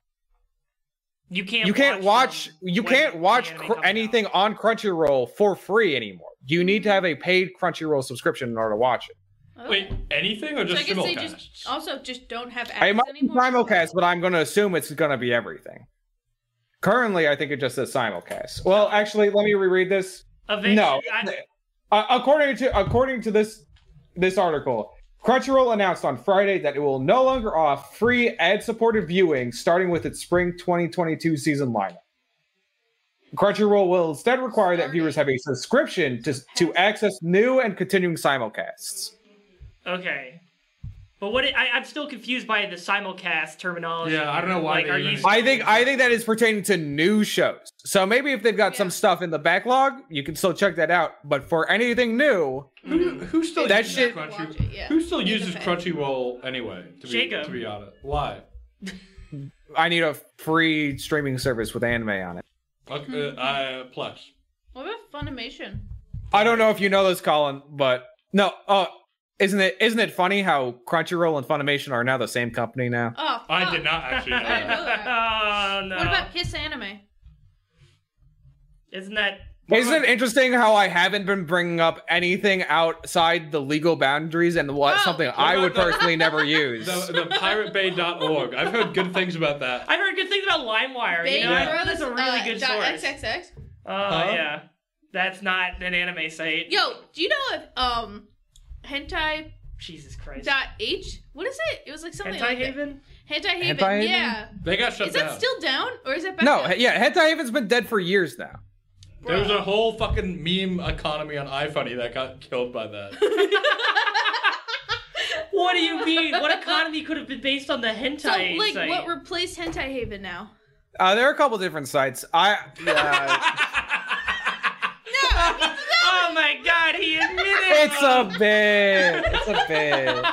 A: You can't.
F: you can't watch
A: them
F: you
A: when
F: can't
A: the
F: watch
A: anime
F: cr-
A: comes out.
F: anything on Crunchyroll for free anymore. You need to have a paid Crunchyroll subscription in order to watch it.
B: Oh.
D: Wait, anything or
B: So I
D: just
B: guess they
D: simulcasts?
B: just also just don't have ads
F: I might be
B: anymore.
F: simulcast, but I'm going to assume it's going to be everything. Currently, I think it just says simulcast. Well, actually, let me reread this.
A: Eventually,
F: No.
A: I-
F: Uh, according to according to this this article, Crunchyroll announced on Friday that it will no longer offer free ad-supported viewing starting with its spring 2022 season lineup. Crunchyroll will instead require that viewers have a subscription to to access new and continuing simulcasts.
A: okay. But what it, I, I'm still confused by the simulcast terminology.
D: Yeah, I don't know why
A: Like,
D: they
A: are
D: even-
A: you?
F: I think I think that is pertaining to new shows. So maybe if they've got some
B: Yeah.
F: stuff in the backlog, you can still check that out. But for anything new,
D: Who, who still
F: That
D: uses
F: shit-
B: Watch
D: Crunchy,
B: it, yeah.
D: Who still
B: Need to
D: uses
B: pay.
D: Crunchyroll anyway? To be,
A: Jacob.
D: to be honest, why?
F: I need a free streaming service with anime on it.
D: Like, uh,
B: Mm-hmm.
D: uh, Plex.
B: What about Funimation?
F: I don't know if you know this, Colin, but no. Uh, isn't it isn't it funny how Crunchyroll and Funimation are now the same company now?
B: Oh,
D: I
B: fuck.
D: did not actually know
B: I
D: that.
B: know that.
A: oh no!
B: What about Kiss Anime?
A: Isn't that?
F: Isn't it interesting how I haven't been bringing up anything outside the legal boundaries and what
B: Oh.
F: something I would
D: about the-
F: personally never use?
D: The, the piratebay.org. I've heard good things about that.
A: I've heard good things about LimeWire.
B: Big
A: You know, I
B: Brothers,
A: heard that's a really
B: uh,
A: good
B: dot
A: source.
B: XXX.
A: Oh
D: Huh?
A: yeah, that's not an anime site.
B: Yo, do you know if um hentai
A: Jesus Christ.
B: dot H? What is it? It was like something
A: Hentai
B: like that.
A: Haven.
B: Hentai Haven.
F: Hentai Haven?
B: Yeah.
D: They got shut
B: Is
D: down.
B: that still down or is it back?
F: no,
B: up?
F: he- yeah, Hentai Haven's been dead for years now.
D: there was a whole fucking meme economy on iFunny that got killed by that.
A: What do you mean? What economy could have been based on the hentai
B: So like,
A: site?
B: what replaced Hentai Haven now?
F: Uh, there are a couple different sites. I yeah,
A: oh my God, he admitted.
F: it's a bit. It's a bit.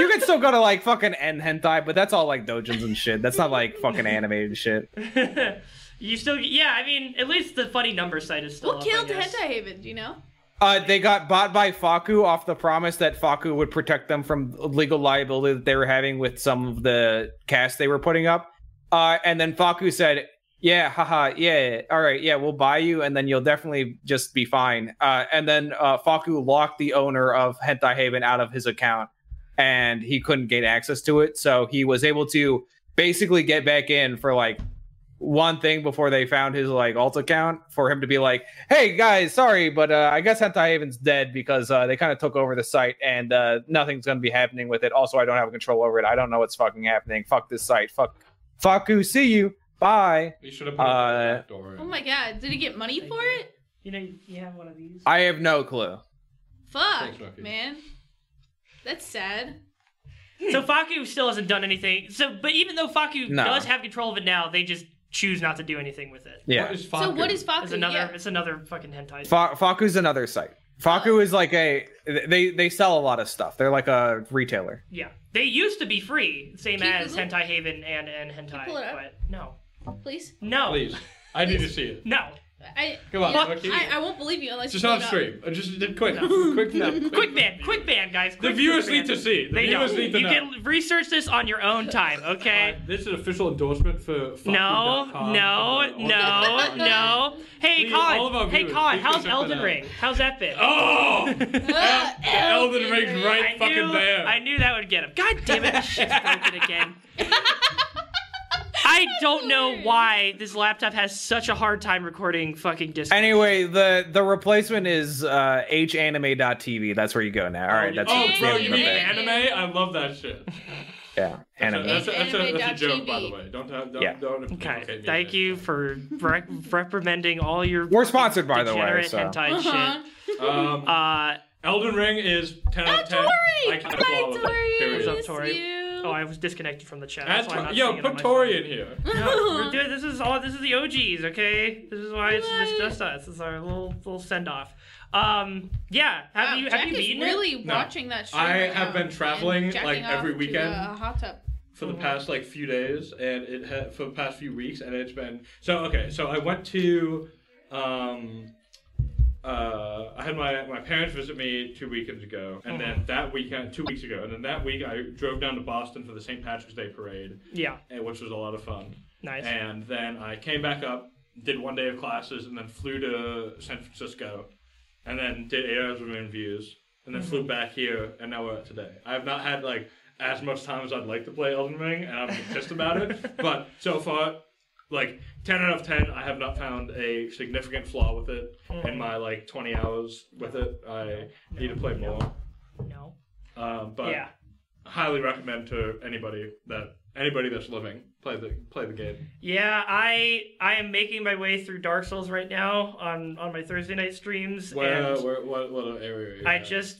F: You can still go to like fucking end hentai, but that's all like dojins and shit. That's not like fucking animated shit.
A: you still, yeah. I mean, at least the funny number site is still.
B: What
A: up, I
B: killed
A: guess.
B: Hentai Haven? Do you know?
F: Uh, they got bought by Faku off the promise that Faku would protect them from legal liability that they were having with some of the cast they were putting up. Uh, and then Faku said, "Yeah, haha, yeah, all right, yeah, we'll buy you, and then you'll definitely just be fine." Uh, and then uh, Faku locked the owner of Hentai Haven out of his account, and he couldn't get access to it, so he was able to basically get back in for like one thing before they found his like alt account for him to be like, "Hey guys, sorry, but uh, I guess Hentai Haven's dead because uh, they kind of took over the site and uh, nothing's gonna be happening with it. Also, I don't have control over it. I don't know what's fucking happening. Fuck this site. Fuck, fuck you. See you. Bye.
D: you should have put
F: Uh,
D: it back door.
B: Oh my god, did he get money for it?
A: You know, you have one of these.
F: I have no clue.
B: Fuck,
D: Thanks, Rocky.
B: man. That's sad.
A: so Faku still hasn't done anything. So, but even though Faku
F: No.
A: does have control of it now, they just choose not to do anything with it.
D: What
F: Yeah,
D: is
B: So
D: Faku?
B: what is Faku?
A: It's another,
B: Yeah.
A: it's another fucking hentai. site.
F: Fa- Faku's another site. Faku is like a they they sell a lot of stuff. They're like a retailer.
A: yeah, they used to be free, same
B: Can you
A: as
B: Google it?
A: Hentai Haven and and hentai.
B: pull it up?
A: But no,
B: Please,
A: no,
D: Please, I need to see it.
A: no.
B: I
D: Come on,
B: yeah,
D: Rocky.
B: I, I won't believe you unless
D: Just
B: you pull
D: on
B: it up.
D: stream. Uh, Just uh, quick,
A: No.
D: quick, quick,
A: Quick ban, quick ban, guys.
D: The
A: Quick,
D: viewers
A: quick
D: need
A: ban.
D: to see. The
A: They
D: viewers
A: don't.
D: need to
A: You
D: know.
A: can research this on your own time, okay?
D: Uh, this is official endorsement for Faku.
A: No, no, no, no. Hey,
D: Please, all of
A: Colin.
D: our
A: Hey,
D: viewers,
A: Colin.
D: please
A: How's
D: check that
A: Elden
D: out.
A: Ring? How's that been?
D: Oh! El- Elden Ring's right
A: I
D: fucking
A: knew,
D: there.
A: I knew that would get him. God damn it, this shit's broken again. I don't know why this laptop has such a hard time recording fucking Discord.
F: Anyway, the the replacement is uh, hanime.tv. That's where you go now. All right, that's
D: oh,
F: that's the
D: bro,
F: name
D: you
F: of
D: mean
F: it.
D: anime? I love that shit.
F: Yeah, anime.
D: That's a, that's a, that's a joke, by the
B: Anime.tv.
D: way. Don't don't,
F: Yeah.
D: don't, don't
A: Okay,
D: implicate me
A: thank
D: in
A: you for re- reprimanding all your.
F: We're sponsored, by the way,
A: degenerate
F: so.
A: hentai
B: Uh-huh.
A: shit.
D: that. Um,
A: Uh,
D: Elden Ring is 10 out of 10. I
B: Tori!
D: can't
B: Hi,
D: follow it.
B: Tori!
A: What's
D: Period.
A: up,
B: Miss
A: Tori?
B: you.
A: oh, I was disconnected from the chat.
D: Add
A: That's why I'm
D: Tor-
A: not
D: Yo,
A: seeing it on
D: put
A: my
D: Tori
A: phone.
D: in here.
A: No, we're doing, this is all. This is the OGs, okay? This is why it's just,
B: Right.
A: just us. It's our little little send off. Um, yeah. Have
B: Wow,
A: you
B: Jack
A: have you
B: is
A: beaten it?
B: really
D: No.
B: watching that stream
D: I
B: right
D: have
B: now
D: been
B: and
D: traveling,
B: jacking
D: like,
B: off
D: every
B: to
D: weekend.
B: a hot tub.
D: for the past like few days and it ha- for the past few weeks and it's been so okay so i went to um uh, I had my my parents visit me two weekends ago, and then that weekend, two weeks ago, and then that week I drove down to Boston for the St. Patrick's Day parade,
A: Yeah.
D: eh, which was a lot of fun.
A: Nice.
D: And then I came back up, did one day of classes, and then flew to San Francisco, and then did eight hours of moon views, and then flew
A: Mm-hmm.
D: back here, and now we're at today. I have not had like as much time as I'd like to play Elden Ring, and I'm pissed about it. But so far, like ten out of ten, I have not found a significant flaw with it
A: Mm.
D: in my like twenty hours with it. I need to play more,
A: no.
D: um, but
A: yeah.
D: highly recommend to anybody that anybody that's living play the play the game.
A: Yeah, I I am making my way through Dark Souls right now on on my Thursday night streams,
D: Where,
A: and
D: where, what, what area? are you
A: I
D: at?
A: just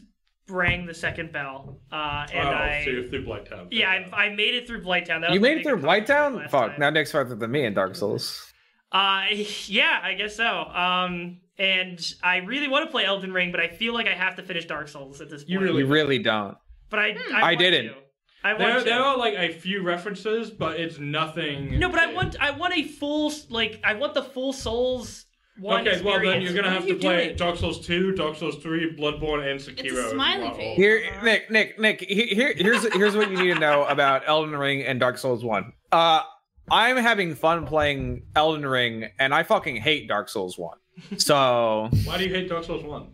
A: rang the second bell, uh, and
D: oh,
A: I
D: so you're through Blight Town.
A: yeah I, I made it through Blighttown. That was
F: You
A: my
F: made it
A: big
F: through
A: accomplishment
F: Blighttown?
A: last
F: Fuck,
A: time.
F: now Nick's farther than me in Dark Souls.
A: Uh, yeah, I guess so. Um, and I really want to play Elden Ring, but I feel like I have to finish Dark Souls at this point.
D: You really- Hmm.
F: You really don't.
A: But I, I,
F: I
A: want
F: didn't.
A: to. I want
D: there,
A: to.
D: there are like a few references, but it's nothing.
A: No, but I
D: it-
A: want, I want a full, like, I want the full Souls one.
D: Okay, well then
A: experience.
D: you're
A: What
D: gonna have
A: are you
D: to play
A: doing?
D: Dark Souls two, Dark Souls three, Bloodborne, and Sekiro.
B: a
D: if you
B: smiley
D: want
B: face.
D: all.
F: Here, Nick, Nick, Nick. he- Here, here's here's what you need to know about Elden Ring and Dark Souls One. Uh, I'm having fun playing Elden Ring, and I fucking hate Dark Souls One. So
D: Why do you hate Dark Souls one?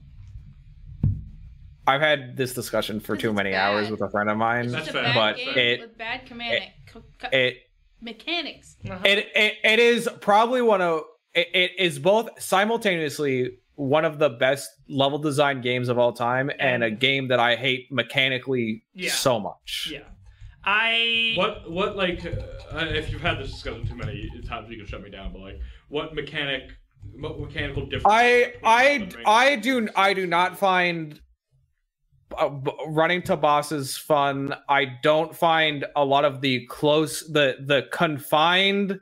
F: I've had this discussion for
B: Because
F: too
B: it's
F: many
B: bad.
F: hours with a friend of
B: It's
F: mine.
D: That's
B: just a
D: fair.
B: bad
F: But
B: game
F: it-
B: with bad command co- co-
F: It
B: mechanics.
A: Uh-huh.
F: it, it it is probably one of it, it is both simultaneously one of the best level design games of all time and a game that I hate mechanically
A: Yeah.
F: so much.
A: yeah, I.
D: What what like uh, if you've had this discussion too many times, you can shut me down. But like, what mechanic, what mechanical difference?
F: I
D: between
F: I
D: Elden Ring
F: I
D: and
F: do
D: Dark Souls?
F: I do not find uh, b- running to bosses fun. I don't find a lot of the close the the confined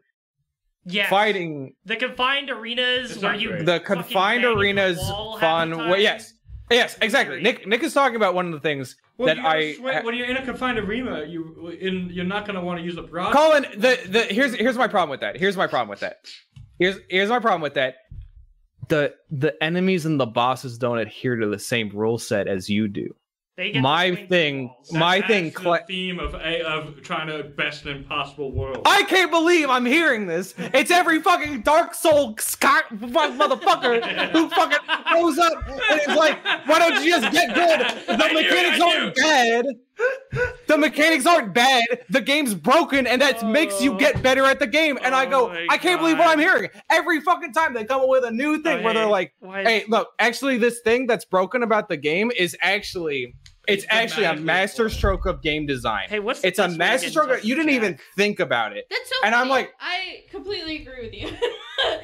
A: Yes.
F: fighting
A: the confined arenas
D: It's
A: where
D: not
A: you
D: great.
F: the
A: fucking
F: confined
A: bang in the
F: arenas
A: wall half
F: fun.
A: the
F: Well,
A: time.
F: yes. Yes, exactly.
A: Great.
F: Nick Nick is talking about one of the things
D: Well,
F: that
D: you gotta
F: I
D: swing- when you're in a confined arena, you in you're not gonna want to use a broad.
F: Colin, the, the here's here's my problem with that. Here's my problem with that. Here's here's my problem with that. The the enemies and the bosses don't adhere to the same rule set as you do.
A: They get to
F: my
A: swing
F: thing-
A: balls.
D: That
F: my
D: adds
F: thing,
D: to
F: Cla-
D: the theme of a, of trying to best an impossible world.
F: I can't believe I'm hearing this. It's every fucking Dark Soul Scott motherfucker who fucking goes up and is like, "Why don't you just get good? The
D: I knew it,
F: mechanics
D: I
F: aren't bad. The mechanics aren't bad. The game's broken, and that makes you get better at the game." And I
D: Oh
F: go,
D: my
F: "I can't believe what
D: God.
F: I'm hearing." Every fucking time they come up with a new thing where they're like,
A: Why
F: "Hey, look, actually, this thing that's broken about the game is actually." It's
D: It's
F: actually a
D: thematically
F: master
D: important.
F: stroke of game design.
A: Hey, what's the
F: It's a
A: best way to get
F: master
A: in
F: stroke.
A: touch
F: of- You
A: with
F: didn't
A: Jack?
F: even think about it.
B: That's so.
F: And I'm
B: funny.
F: like-
B: I completely agree with you. I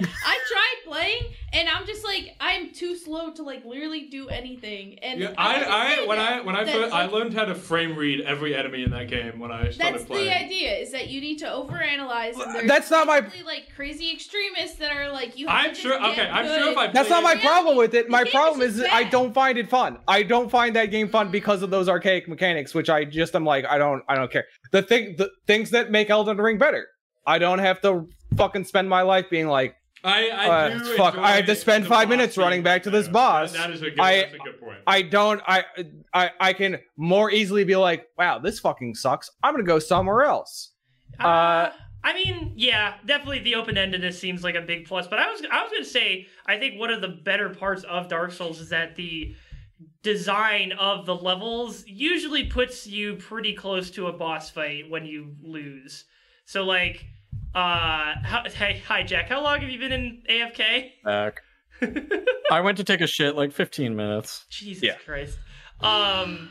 B: tried playing, and I'm just like, I'm too slow to like literally do anything. And
D: Yeah,
B: like
D: I, I
B: said,
D: when I when I
B: that's,
D: first, I
B: like,
D: learned how to frame read every enemy in that game when I started
B: That's
D: playing.
B: the idea is that you need to overanalyze. And there's
F: That's not my-
B: definitely, like crazy extremists that are like you. have
D: I'm
B: to
D: sure.
B: just
D: Okay,
B: get
D: I'm sure
B: good.
D: if I
F: That's
D: played-
F: not my
B: Yeah,
F: problem with it.
B: the
F: My
B: game is
F: problem
B: just
F: is that I
B: bad.
F: don't find it fun. I don't find that game fun because of those archaic mechanics, which I just am like, I don't, I don't care. The thing, the things that make Elden Ring better, I don't have to fucking spend my life being like,
D: I, I
F: Uh,
D: do
F: fuck, I have to
D: enjoy
F: spend
D: the
F: five
D: boss
F: minutes
D: being
F: running back to
D: better.
F: this boss.
D: That- that is a good.
F: I-
D: that's a good point.
F: I don't, I, I, I can more easily be like, wow, this fucking sucks. I'm gonna go somewhere else. Uh,
A: I mean, yeah, definitely the open endedness seems like a big plus. But I was I was gonna say, I think one of the better parts of Dark Souls is that the design of the levels usually puts you pretty close to a boss fight when you lose. So like, uh, how, hey, hi Jack, how long have you been in AFK?
G: Back. I went to take a shit like 15 minutes.
A: Jesus
F: Yeah.
A: Christ. Um,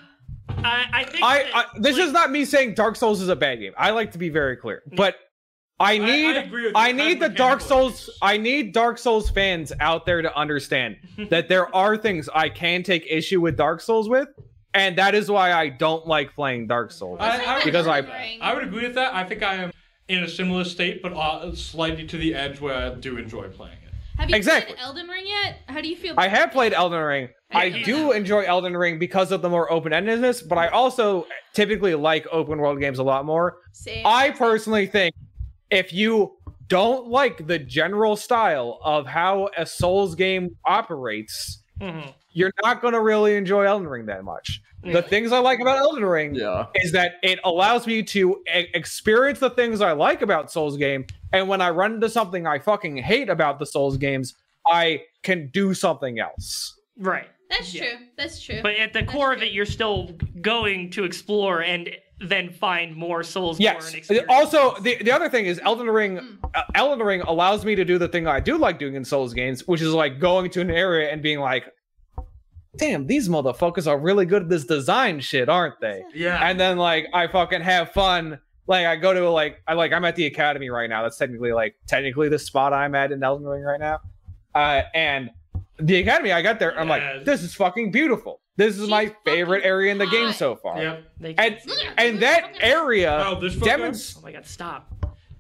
A: I, I think
F: I,
A: that,
F: I this
A: like,
F: is not me saying Dark Souls is a bad game. I like to be very clear, but I
D: I-
F: need
D: I agree with you.
F: I
D: It has
F: need the Dark
D: mechanical
F: Souls.
D: issues.
F: I need Dark Souls fans out there to understand that there are things I can take issue with Dark Souls with, and that is why I don't like playing Dark Souls.
D: I, I
F: Because
D: would
F: I-
D: agree with that. I would agree with that. I think I am in a similar state, but uh, slightly to the edge where I do enjoy playing it.
B: Have you
F: Exactly.
B: played Elden Ring yet? How do you feel?
F: I have played Elden Ring. I do enjoy Elden Ring because of the more open-endedness, but I also typically like open world games a lot more.
B: Same.
F: I personally think if you don't like the general style of how a Souls game operates,
A: Mhm.
F: you're not going to really enjoy Elden Ring that much.
A: Yeah.
F: The things I like about Elden Ring
E: Yeah.
F: is that it allows me to e- experience the things I like about Souls game, and when I run into something I fucking hate about the Souls games, I can do something else.
A: Right.
B: That's
A: Yeah.
B: true. That's true.
A: But at the
B: That's
A: core of
B: true.
A: it, you're still going to explore and then find more souls.
F: Yes. Also, the, the other thing is Elden Ring.
B: Hmm.
F: Uh, Elden Ring allows me to do the thing I do like doing in Souls games, which is like going to an area and being like, "Damn, these motherfuckers are really good at this design shit, aren't they?"
H: Yeah.
F: and then like I fucking have fun. Like I go to like I like I'm at the academy right now. That's technically like technically the spot I'm at in Elden Ring right now. Uh, and the academy, I got there. I'm
H: Yes.
F: like, this is fucking beautiful. This is
B: She's
F: my favorite
B: fucking
F: area in the game
B: hot.
F: so far.
H: Yep.
A: they
F: And
A: oh
F: and that area
H: Oh, this fucker?
F: demonstrates
A: my god, stop!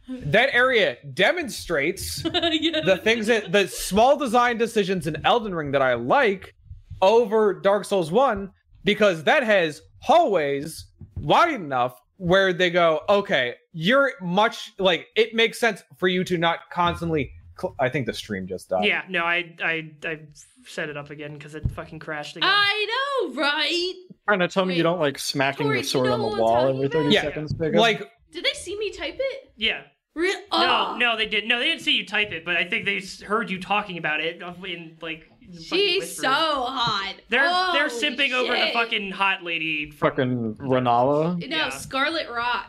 F: that area demonstrates
B: yeah.
F: the things that the small design decisions in Elden Ring that I like over Dark Souls 1 because that has hallways wide enough where they go, okay, you're much like it makes sense for you to not constantly. Cl- I think the stream just died.
A: Yeah, no, I I I set it up again because it fucking crashed again.
B: Uh, I know, right?
G: Trying to tell me
B: Wait.
G: you don't like smacking
B: Tori,
G: your
B: do you
G: sword
B: know
G: on the
B: what I'm
G: wall
B: talking
G: every thirty
A: about?
G: seconds. Jacob?
F: Like,
B: Did they see me type it?
A: yeah.
B: Real? uh.
A: No, no, they didn't. No, they didn't see you type it, but I think they s- heard you talking about it in like. in fucking
B: Oh, She's
A: whispers.
B: so hot.
A: They're they're
B: Holy
A: simping over the
B: shit.
A: fucking hot lady. From,
G: fucking Renala.
B: No,
A: Yeah.
B: Scarlet Rock.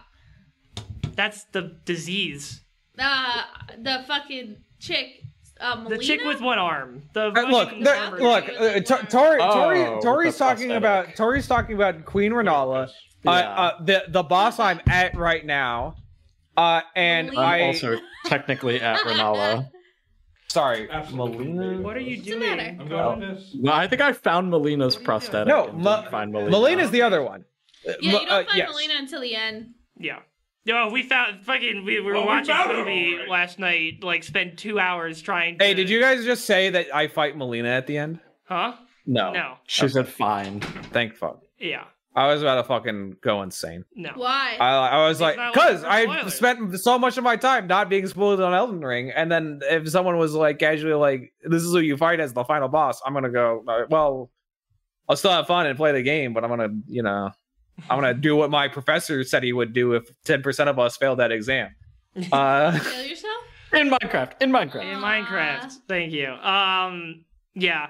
A: that's the disease.
B: Uh, the fucking chick. Uh,
A: The chick
B: Melina?
A: with one arm. The
F: uh, look,
A: fucking
F: there-
A: armored
F: look,
A: chick.
F: uh, Tor- Tori,
G: Oh,
F: Tori,
G: with
F: Tori's
G: the
F: talking
G: prosthetic. Oh
F: about Tori's talking about Queen Renala, uh,
G: Yeah.
F: uh, the the boss I'm at right now, uh, and
B: Malina.
G: I'm
F: I
G: also technically at Renala.
F: sorry,
H: Absolutely.
F: Malina.
A: What are you
B: What's the
A: doing?
B: matter?
H: I'm going with this.
G: No, I think I found Melina's prosthetic.
F: No,
G: and
F: Ma-
G: didn't find Melina.
F: Melina's the other one.
B: Yeah,
F: Ma-
B: you don't
F: uh,
B: find
F: yes.
B: Melina until the end.
A: Yeah. No, we found fucking. We, we were
H: Oh, we
A: watching
H: found
A: a
H: it
A: movie
H: already.
A: last night. Like, spent two hours trying. To,
F: Hey, did you guys just say that I fight Melina at the end?
A: Huh?
H: Oh.
F: No.
A: No.
G: She said fine.
F: Thank fuck.
A: Yeah.
F: I was about to fucking go insane.
A: No.
B: Why?
F: I, I was
A: It's
F: like,
A: not like
F: because
A: we're
F: I
A: spoilers.
F: spent so much of my time not being spoiled on Elden Ring, and then if someone was like casually like, "This is who you fight as the final boss," I'm gonna go, uh, "Well, I'll still have fun and play the game, but I'm gonna, you know, I'm gonna do what my professor said he would do if 10% of us failed that exam." Uh,
B: Kill yourself?
G: In Minecraft. In Minecraft.
A: In
B: Aw.
A: Minecraft. Thank you. Um. Yeah,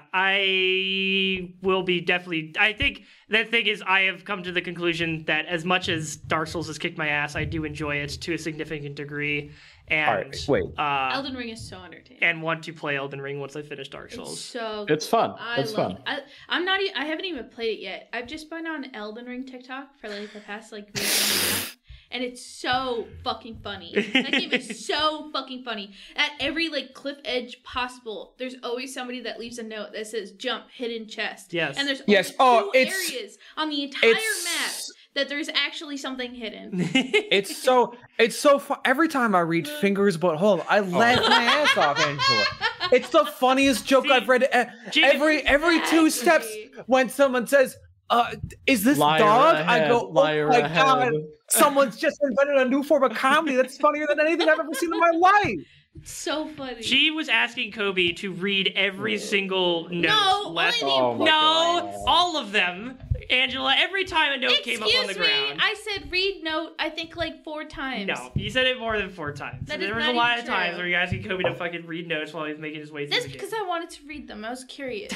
A: I will be definitely. I think the thing is, I have come to the conclusion that as much as Dark Souls has kicked my ass, I do enjoy it to a significant degree, and
F: all right, wait.
A: uh,
B: Elden Ring is so entertaining.
A: and want to play Elden Ring once I finish Dark
B: it's
A: Souls.
B: so
G: It's fun.
B: I
G: it's
B: love
G: fun.
B: it. I, I'm not. e- I haven't even played it yet. I've just been on Elden Ring TikTok for like the past like week and a half, and it's so fucking funny. That game is so fucking funny. At every like cliff edge possible, there's always somebody that leaves a note that says "jump hidden chest."
A: Yes.
B: and there's
F: Yes.
B: only
F: Oh,
B: two
F: it's-
B: areas on the entire map
F: It's
B: that there's actually something hidden.
F: It's so it's so fu- every time I read fingers but hold I laugh my ass off Angela. It's the funniest joke
A: See,
F: I've read e-
A: James-
F: every every two steps
B: Exactly.
F: when someone says uh is this
G: Liar
F: dog? I
G: ahead,
F: go oh
G: liar
F: my
G: ahead.
F: god someone's just invented a new form of comedy that's funnier than anything I've ever seen in my life.
B: It's so funny.
A: She was asking Kobe to read every single note.
B: no,
A: left.
B: only the
G: Oh my
A: no,
G: God.
A: all of them. Angela, every time a note
B: Excuse
A: came up on the
B: me,
A: ground.
B: I said read note. I think like four times.
A: No, you said it more than four times.
B: That is
A: there was a
B: not
A: lot of
B: even
A: times
B: true.
A: where you asking Kobe to fucking read notes while he's making his way through
B: That's
A: the game.
B: because I wanted to read them. I was curious.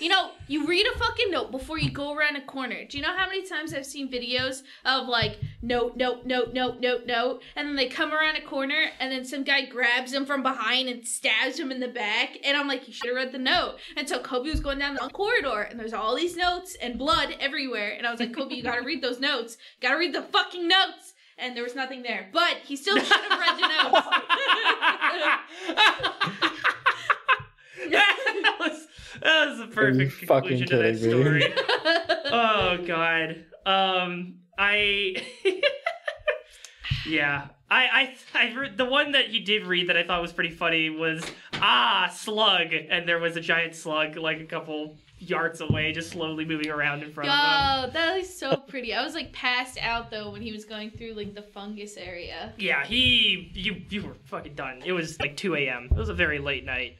B: you know, you read a fucking note before you go around a corner. Do you know how many times I've seen videos of like note, note, note, note, note, note, and then they come around a corner and then some guy grabs him from behind and stabs him in the back, and I'm like, you should have read the note. And so Kobe was going down the corridor, and there's all these notes and blood everywhere, and I was like, Kobe, you gotta read those notes. Gotta read the fucking notes. And there was nothing there, but he still should have read the notes.
A: that, was, that was the perfect
G: you fucking
A: conclusion to that
G: kidding me?
A: story. oh god. Um, I. yeah, I, I, I, re- the one that he did read that I thought was pretty funny was ah slug, and there was a giant slug like a couple yards away, just slowly moving around in front of him.
B: Oh, that is so pretty. I was like passed out though when he was going through like the fungus area.
A: Yeah, he you you were fucking done. It was like 2 a.m. It was a very late night,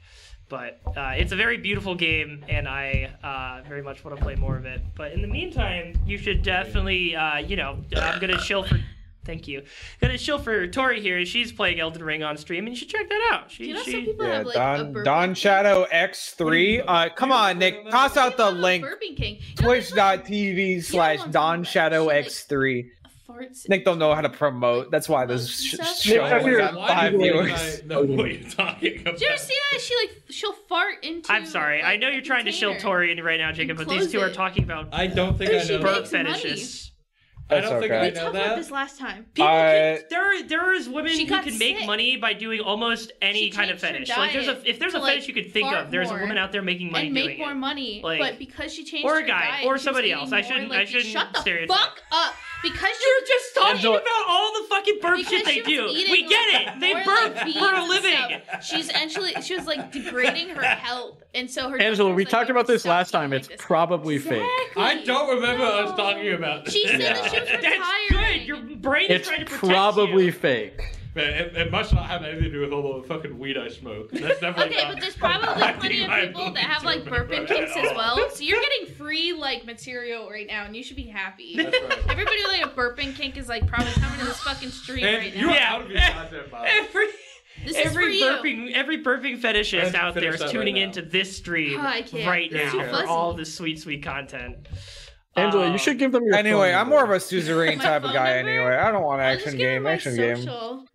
A: But uh, it's a very beautiful game, and I uh, very much want to play more of it. But in the meantime, you should definitely, uh, you know, I'm gonna chill for. Thank you. Gonna chill for Tori here. She's playing Elden Ring on stream, and you should check that out. She,
B: You know,
A: she...
B: some people
F: Yeah,
B: have like a
F: Don
B: burping
F: Don Shadow X3. Uh, come on, Nick, toss out
B: People
F: the
B: have a
F: link.
B: Burping King. You know, there's, like,
F: Twitch.tv slash Don Shadow X3.
B: farts.
F: Nick don't know how to promote. That's why this sh-
B: Nick,
F: show
C: that's
F: only
C: your-
F: got five
C: why do you-
F: viewers.
D: I know what you're talking about.
B: Did you ever see that? She like she'll fart into.
A: I'm sorry. I
B: like,
A: know
B: a
A: you're trying to shill
B: container.
A: Tori right now, Jacob, but these
B: close
A: two are
B: it.
A: talking about
D: I don't think I
B: She
D: know
A: burp
D: that.
B: makes money.
A: fetishes.
D: I
F: That's
D: don't think
F: okay.
D: I
B: We
D: know
B: talked about
D: that.
B: this last time.
A: People
F: Uh,
A: can, there, there is women
B: She
A: who
B: got
A: can make
B: sick.
A: money by doing almost any
B: She
A: kind of
B: changed
A: fetish.
B: her
A: Like there's a,
B: diet
A: if there's
B: to,
A: a fetish
B: like,
A: you could think
B: fart
A: of, there's a
B: more
A: woman out there making money
B: and make
A: doing
B: more
A: it.
B: money.
A: Like-
B: but because she changed
A: Or a
B: her
A: guy, or
B: diet, she was
A: somebody
B: eating
A: else. I
B: more
A: shouldn't- I
B: like,
A: shouldn't
B: shut the
A: stereotype.
B: fuck up because you
A: You're just talking
F: Angela-
A: about all the fucking burp
B: because
A: shit they
B: she was
A: do.
B: eating,
A: We get
B: like,
A: it. They
B: more,
A: burp
B: like, beans
A: for a
B: and
A: living.
B: stuff. She's actually she was like degrading her health, and so her.
G: Angela,
B: doctor
G: we
B: was like,
G: talked
B: "You
G: about
B: can
G: this
B: stop
G: last
B: eating
G: time.
B: like
G: It's
B: this."
G: probably fake.
B: Exactly.
D: I don't remember us
B: No.
D: talking about this.
B: She said
G: Yeah.
B: that she was
A: That's
B: retiring.
A: good. Your brain is
G: It's
A: trying to protect
G: probably
A: you.
G: fake.
D: Man, it, it must not have anything to do with all the fucking weed I smoke. That's definitely
B: Okay,
D: not.
B: but there's probably
D: I
B: plenty
D: think
B: of
D: I
B: people that
D: believe
B: have
D: you
B: like burping
D: remember
B: kinks
D: that
B: as
D: all.
B: well. So you're getting free like material right now, and you should be happy.
D: That's right.
B: Everybody with like a burping kink is like probably coming to this fucking stream
D: And
B: right
D: you're
B: now.
A: Yeah.
D: out of your goddamn mind.
A: Every
B: This
A: every
B: is for you.
A: burping every burping
D: I have
A: fetishist
D: to
A: out there
D: finish
A: is
D: that right
A: tuning
D: now.
A: into this stream
B: Oh, I can't.
A: right
B: It's
A: now
B: too
A: for
B: fuzzy.
A: all this sweet sweet content.
G: Angela,
A: Um,
G: you should give them your.
F: Anyway,
G: phone
F: I'm more of
G: number.
F: a suzerain
B: My
F: type of
B: phone
F: guy.
B: number?
F: Anyway, I don't want
B: I'll just
F: action
B: give her
F: game.
B: my
F: Action game.
B: social.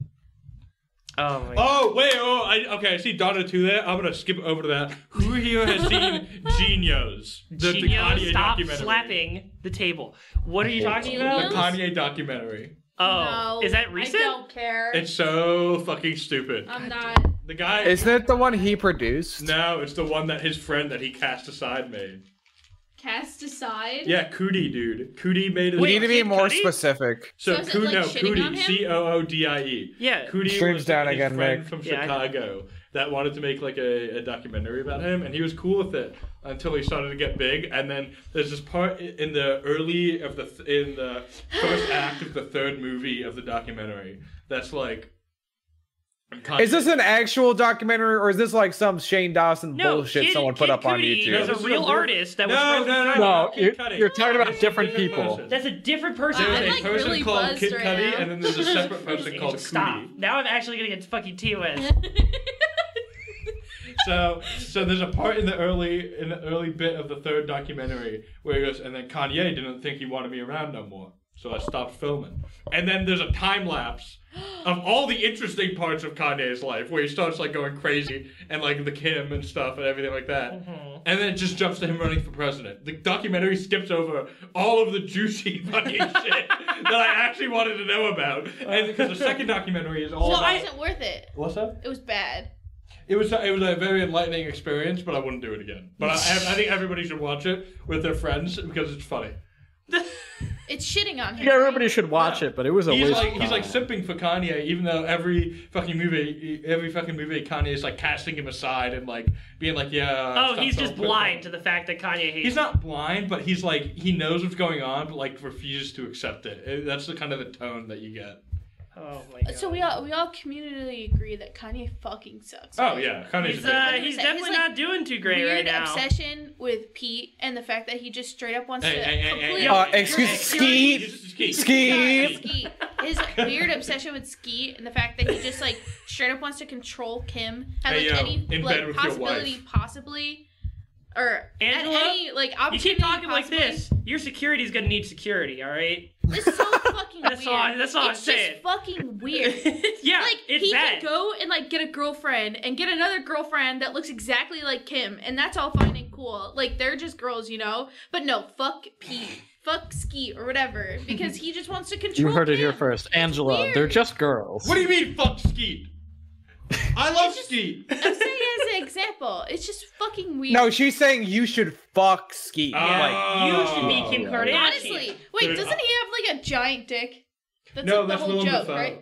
A: Oh my god.
D: Oh wait, oh I, okay. I see Donna two there. I'm gonna skip over to that. Who here has seen Genios? The, the
A: Genio,
D: Kanye
A: stop
D: documentary.
A: slapping the table. What are you talking
D: The
B: Genius?
A: about?
D: Kanye documentary.
A: Oh,
B: No,
A: is that recent?
B: I don't care.
D: It's so fucking stupid.
B: I'm not.
D: The guy.
F: Isn't it the one he produced?
D: no, it's the one that his friend that he cast aside made.
B: Cast aside.
D: Yeah, Cootie, dude. Cootie made it.
F: You need to be
A: Kid
F: more
A: Cudi?
F: specific.
D: So,
B: So is it,
D: Coo-
B: like,
D: no,
B: shitting on him?
D: Coody, C O O D I E.
A: Yeah.
D: Coody
F: Streams
D: was
F: down
D: his
F: again,
D: friend
F: Nick.
D: from
A: Yeah, I know.
D: Chicago that wanted to make like a, a documentary about him, and he was cool with it until he started to get big. And then there's this part i- in the early of the th- in the first act of the third movie of the documentary that's like.
F: Is this an actual documentary or is this like some Shane Dawson
A: No,
F: bullshit
A: Kid,
F: someone put
A: Kid
F: up on
A: Cudi
F: YouTube?
A: is
D: No,
A: a
D: this is a
A: real
D: real-
A: artist that was
D: No,
A: friends
D: no,
A: with
D: no,
A: Kanye.
G: No,
D: Kid
G: you're,
D: Cudi.
G: you're talking
D: This
G: about
D: is
G: different
D: different
G: people.
D: person.
A: That's a different person.
D: There's
B: I'm,
D: a
B: like,
D: person
B: really
D: called
B: buzzed
D: Kid
B: right
D: Cudi,
B: now.
D: and then there's a separate person
A: Angel,
D: called
A: Stop.
D: Cootie.
A: Now I'm actually gonna get fucking TOS.
D: So, so there's a part in the early in the early bit of the third documentary where he goes, and then Kanye didn't think he wanted me around no more, so I stopped filming. And then there's a time lapse of all the interesting parts of Kanye's life where he starts like going crazy and like the Kim and stuff and everything like that. And then it just jumps to him running for president. The documentary skips over all of the juicy fucking shit that I actually wanted to know about, and because the second documentary is all
B: So
D: about.
B: it wasn't worth it.
D: What's up?
B: It was bad.
D: It was it was a very enlightening experience, but I wouldn't do it again. But I, I think everybody should watch it with their friends because it's funny.
B: It's shitting on him.
G: Yeah,
B: right?
G: everybody should watch
D: Yeah.
G: it, but it was a
D: He's
G: waste.
D: like
G: of
D: he's like
G: time.
D: simping for Kanye, even though every fucking movie, every fucking movie, Kanye is like casting him aside and like being like, yeah.
A: Oh,
D: stop
A: he's just
D: filming.
A: blind to the fact that Kanye hates.
D: He's not blind, but he's like he knows what's going on, but like refuses to accept it. It- That's the kind of the tone that you get.
A: Oh my god.
B: So we all we all communally agree that Kanye fucking sucks.
D: Oh
B: right?
D: yeah, Kanye's
A: He's
D: a dick.
A: uh,
B: He's
A: he's
B: like-
A: definitely not doing too great
B: Weird
A: right now.
B: obsession with Pete and the fact that he just straight up wants
D: Hey,
B: to
D: hey, hey, hey,
B: completely
D: hey.
F: Uh,
D: You're
F: excuse
A: right.
F: Skeet.
D: Skeet.
B: Yeah,
F: Skeet.
B: Skeet. His weird obsession with Ski and the fact that he just like straight up wants to control Kim at
D: Hey,
B: like
D: yo,
B: any
D: in bed
B: like
D: with your
B: possibility,
D: wife.
B: possibly, or
A: Angela,
B: at any like
A: You
B: opportunity.
A: keep talking like
B: possibly.
A: this. Your security's gonna need security, all right?
B: This is so fucking
A: That's
B: weird.
A: all I- that's all I'm
B: it's
A: saying.
B: Just fucking weird.
A: yeah,
B: like
A: it's
B: he
A: bad.
B: could go and like get a girlfriend and get another girlfriend that looks exactly like Kim, and that's all fine and cool. Like they're just girls, you know. But no, fuck Pete, fuck Ski or whatever, because he just wants to
G: You
B: control.
G: heard it here
B: Kim.
G: first, Angela.
B: weird.
G: They're just girls.
D: What do you mean, fuck Skeet? I love
B: just-
D: Skeet.
B: I'm saying as an example. It's just fucking weird.
F: No, she's saying you should fuck Skeet. like,
A: you should be
B: Oh.
A: Kim Kardashian.
B: honestly. Wait,
D: Dude,
B: doesn't he have like a giant dick? That's
D: No,
B: like,
D: that's
B: the whole
D: Willem
B: joke,
D: Dafoe.
B: right?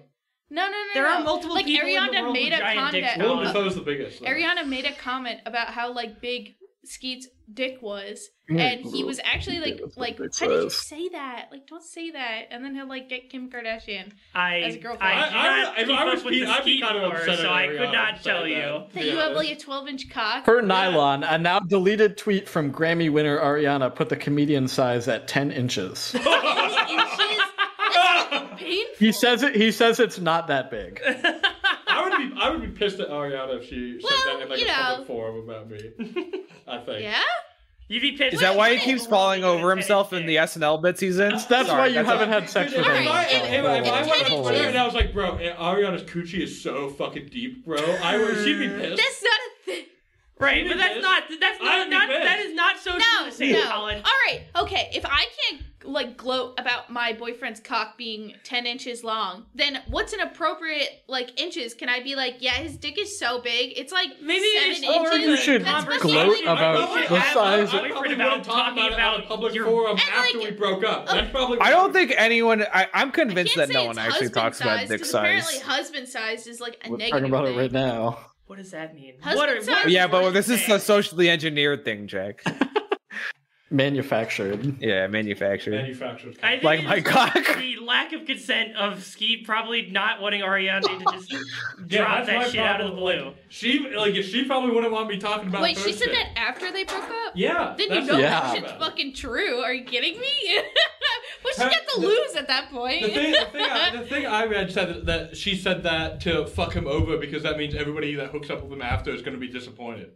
B: No, no, no.
A: There
B: no.
A: are multiple
B: like
A: people in the
B: Ariana
A: world with
B: made a
A: giant dicks.
B: comment.
A: Willem
D: Willem Dafoe's the biggest. though.
B: Ariana made a comment about how like big Skeet's dick was, and he was actually like, like,
I: That's
B: how did you
I: nice.
B: say that? Like, don't say that. And then he'll like get Kim Kardashian.
A: I
B: As a girlfriend.
A: I,
D: I-
A: do
D: I
A: not keep up
D: would- if I was
A: with
D: Pete,
A: the
D: I'd be
A: skeet
D: kind of
A: lore,
D: upset
A: so
D: at
A: I
D: Ariana
A: could not
D: for
A: tell
D: saying
A: you.
D: that.
B: That
D: Yeah.
B: you have like a 12 inch cock.
G: Per Nylon, a now deleted tweet from Grammy winner Ariana put the comedian size at 10 inches.
B: inches. That's painful.
G: He says it. He says it's not that big.
D: I would be I would be pissed at Ariana if she said
B: Well,
D: that in like
B: you
D: a
B: know.
D: public forum about me. I think.
B: Yeah?
A: You'd be pissed.
F: Is that why he
B: wait,
F: keeps falling over himself in the SNL bits he's in?
G: That's why
F: Sorry,
G: you
F: that's
G: haven't
F: all.
G: had sex
D: If
G: with
B: Alright,
D: I,
G: anyone.
D: if, if
B: Alright,
D: I went on
B: it's
D: Twitter
B: ten
D: and I was like, bro, eh, Ariana's coochie is so fucking deep, bro. I would, she'd be pissed.
B: That's not a thing.
A: right? But that's
D: I'd be pissed.
A: not. That's not.
D: I'd be
A: not
D: pissed.
A: that is not so
B: No,
A: to say,
B: no.
A: Colin.
B: All right, okay. If I can't like gloat about my boyfriend's cock being ten inches long, then what's an appropriate like inches? Can I be like, yeah, his dick is so big, it's like
A: Maybe
B: seven
A: it's more
B: inches.
A: of a
G: should
B: That's
A: conversation
G: gloat
B: perfectly
G: about
A: you should
G: the
A: have
G: size
A: a
G: of-
D: I
A: boyfriend
D: probably
A: about
D: wouldn't talk
A: talking
D: about, it on a
A: about
D: public
A: your
D: forum
B: And,
D: after
B: like,
D: we broke up. That's probably.
F: I don't think anyone. I, I'm convinced
B: can't
F: that
B: say
F: no one
B: it's
F: actually talks about
B: husband-sized,
F: dick
B: 'cause
F: size.
B: Apparently, husband sized is like a
G: We're
B: negative.
G: talking about it
B: thing.
G: right now.
A: What does that mean?
B: Husband
A: What are,
B: size?
A: what are
F: Yeah,
A: you
F: but this is
A: saying?
F: a socially engineered thing, Jack.
G: Manufactured.
F: Yeah, manufactured.
D: manufactured.
A: I think
F: Like
A: it
F: my
A: is
F: cock.
A: The lack of consent of Ski probably not wanting Ariana to just
D: Yeah,
A: drop
D: that's my
A: that shit out of the blue.
D: problem. She like she probably wouldn't want me talking about.
B: Wait,
D: her
B: she said
D: shit.
B: that after they broke up.
D: Yeah.
B: Then you
D: that's
B: know
D: what
G: Yeah.
B: that
D: I'm
B: shit's
D: about.
B: fucking true. Are you kidding me? What's she
D: Her-
B: got to
D: the-
B: lose at that point?
D: The thing, the, thing I, the thing I read said that, that she said that to fuck him over because that means everybody that hooks up with him after is going to be disappointed.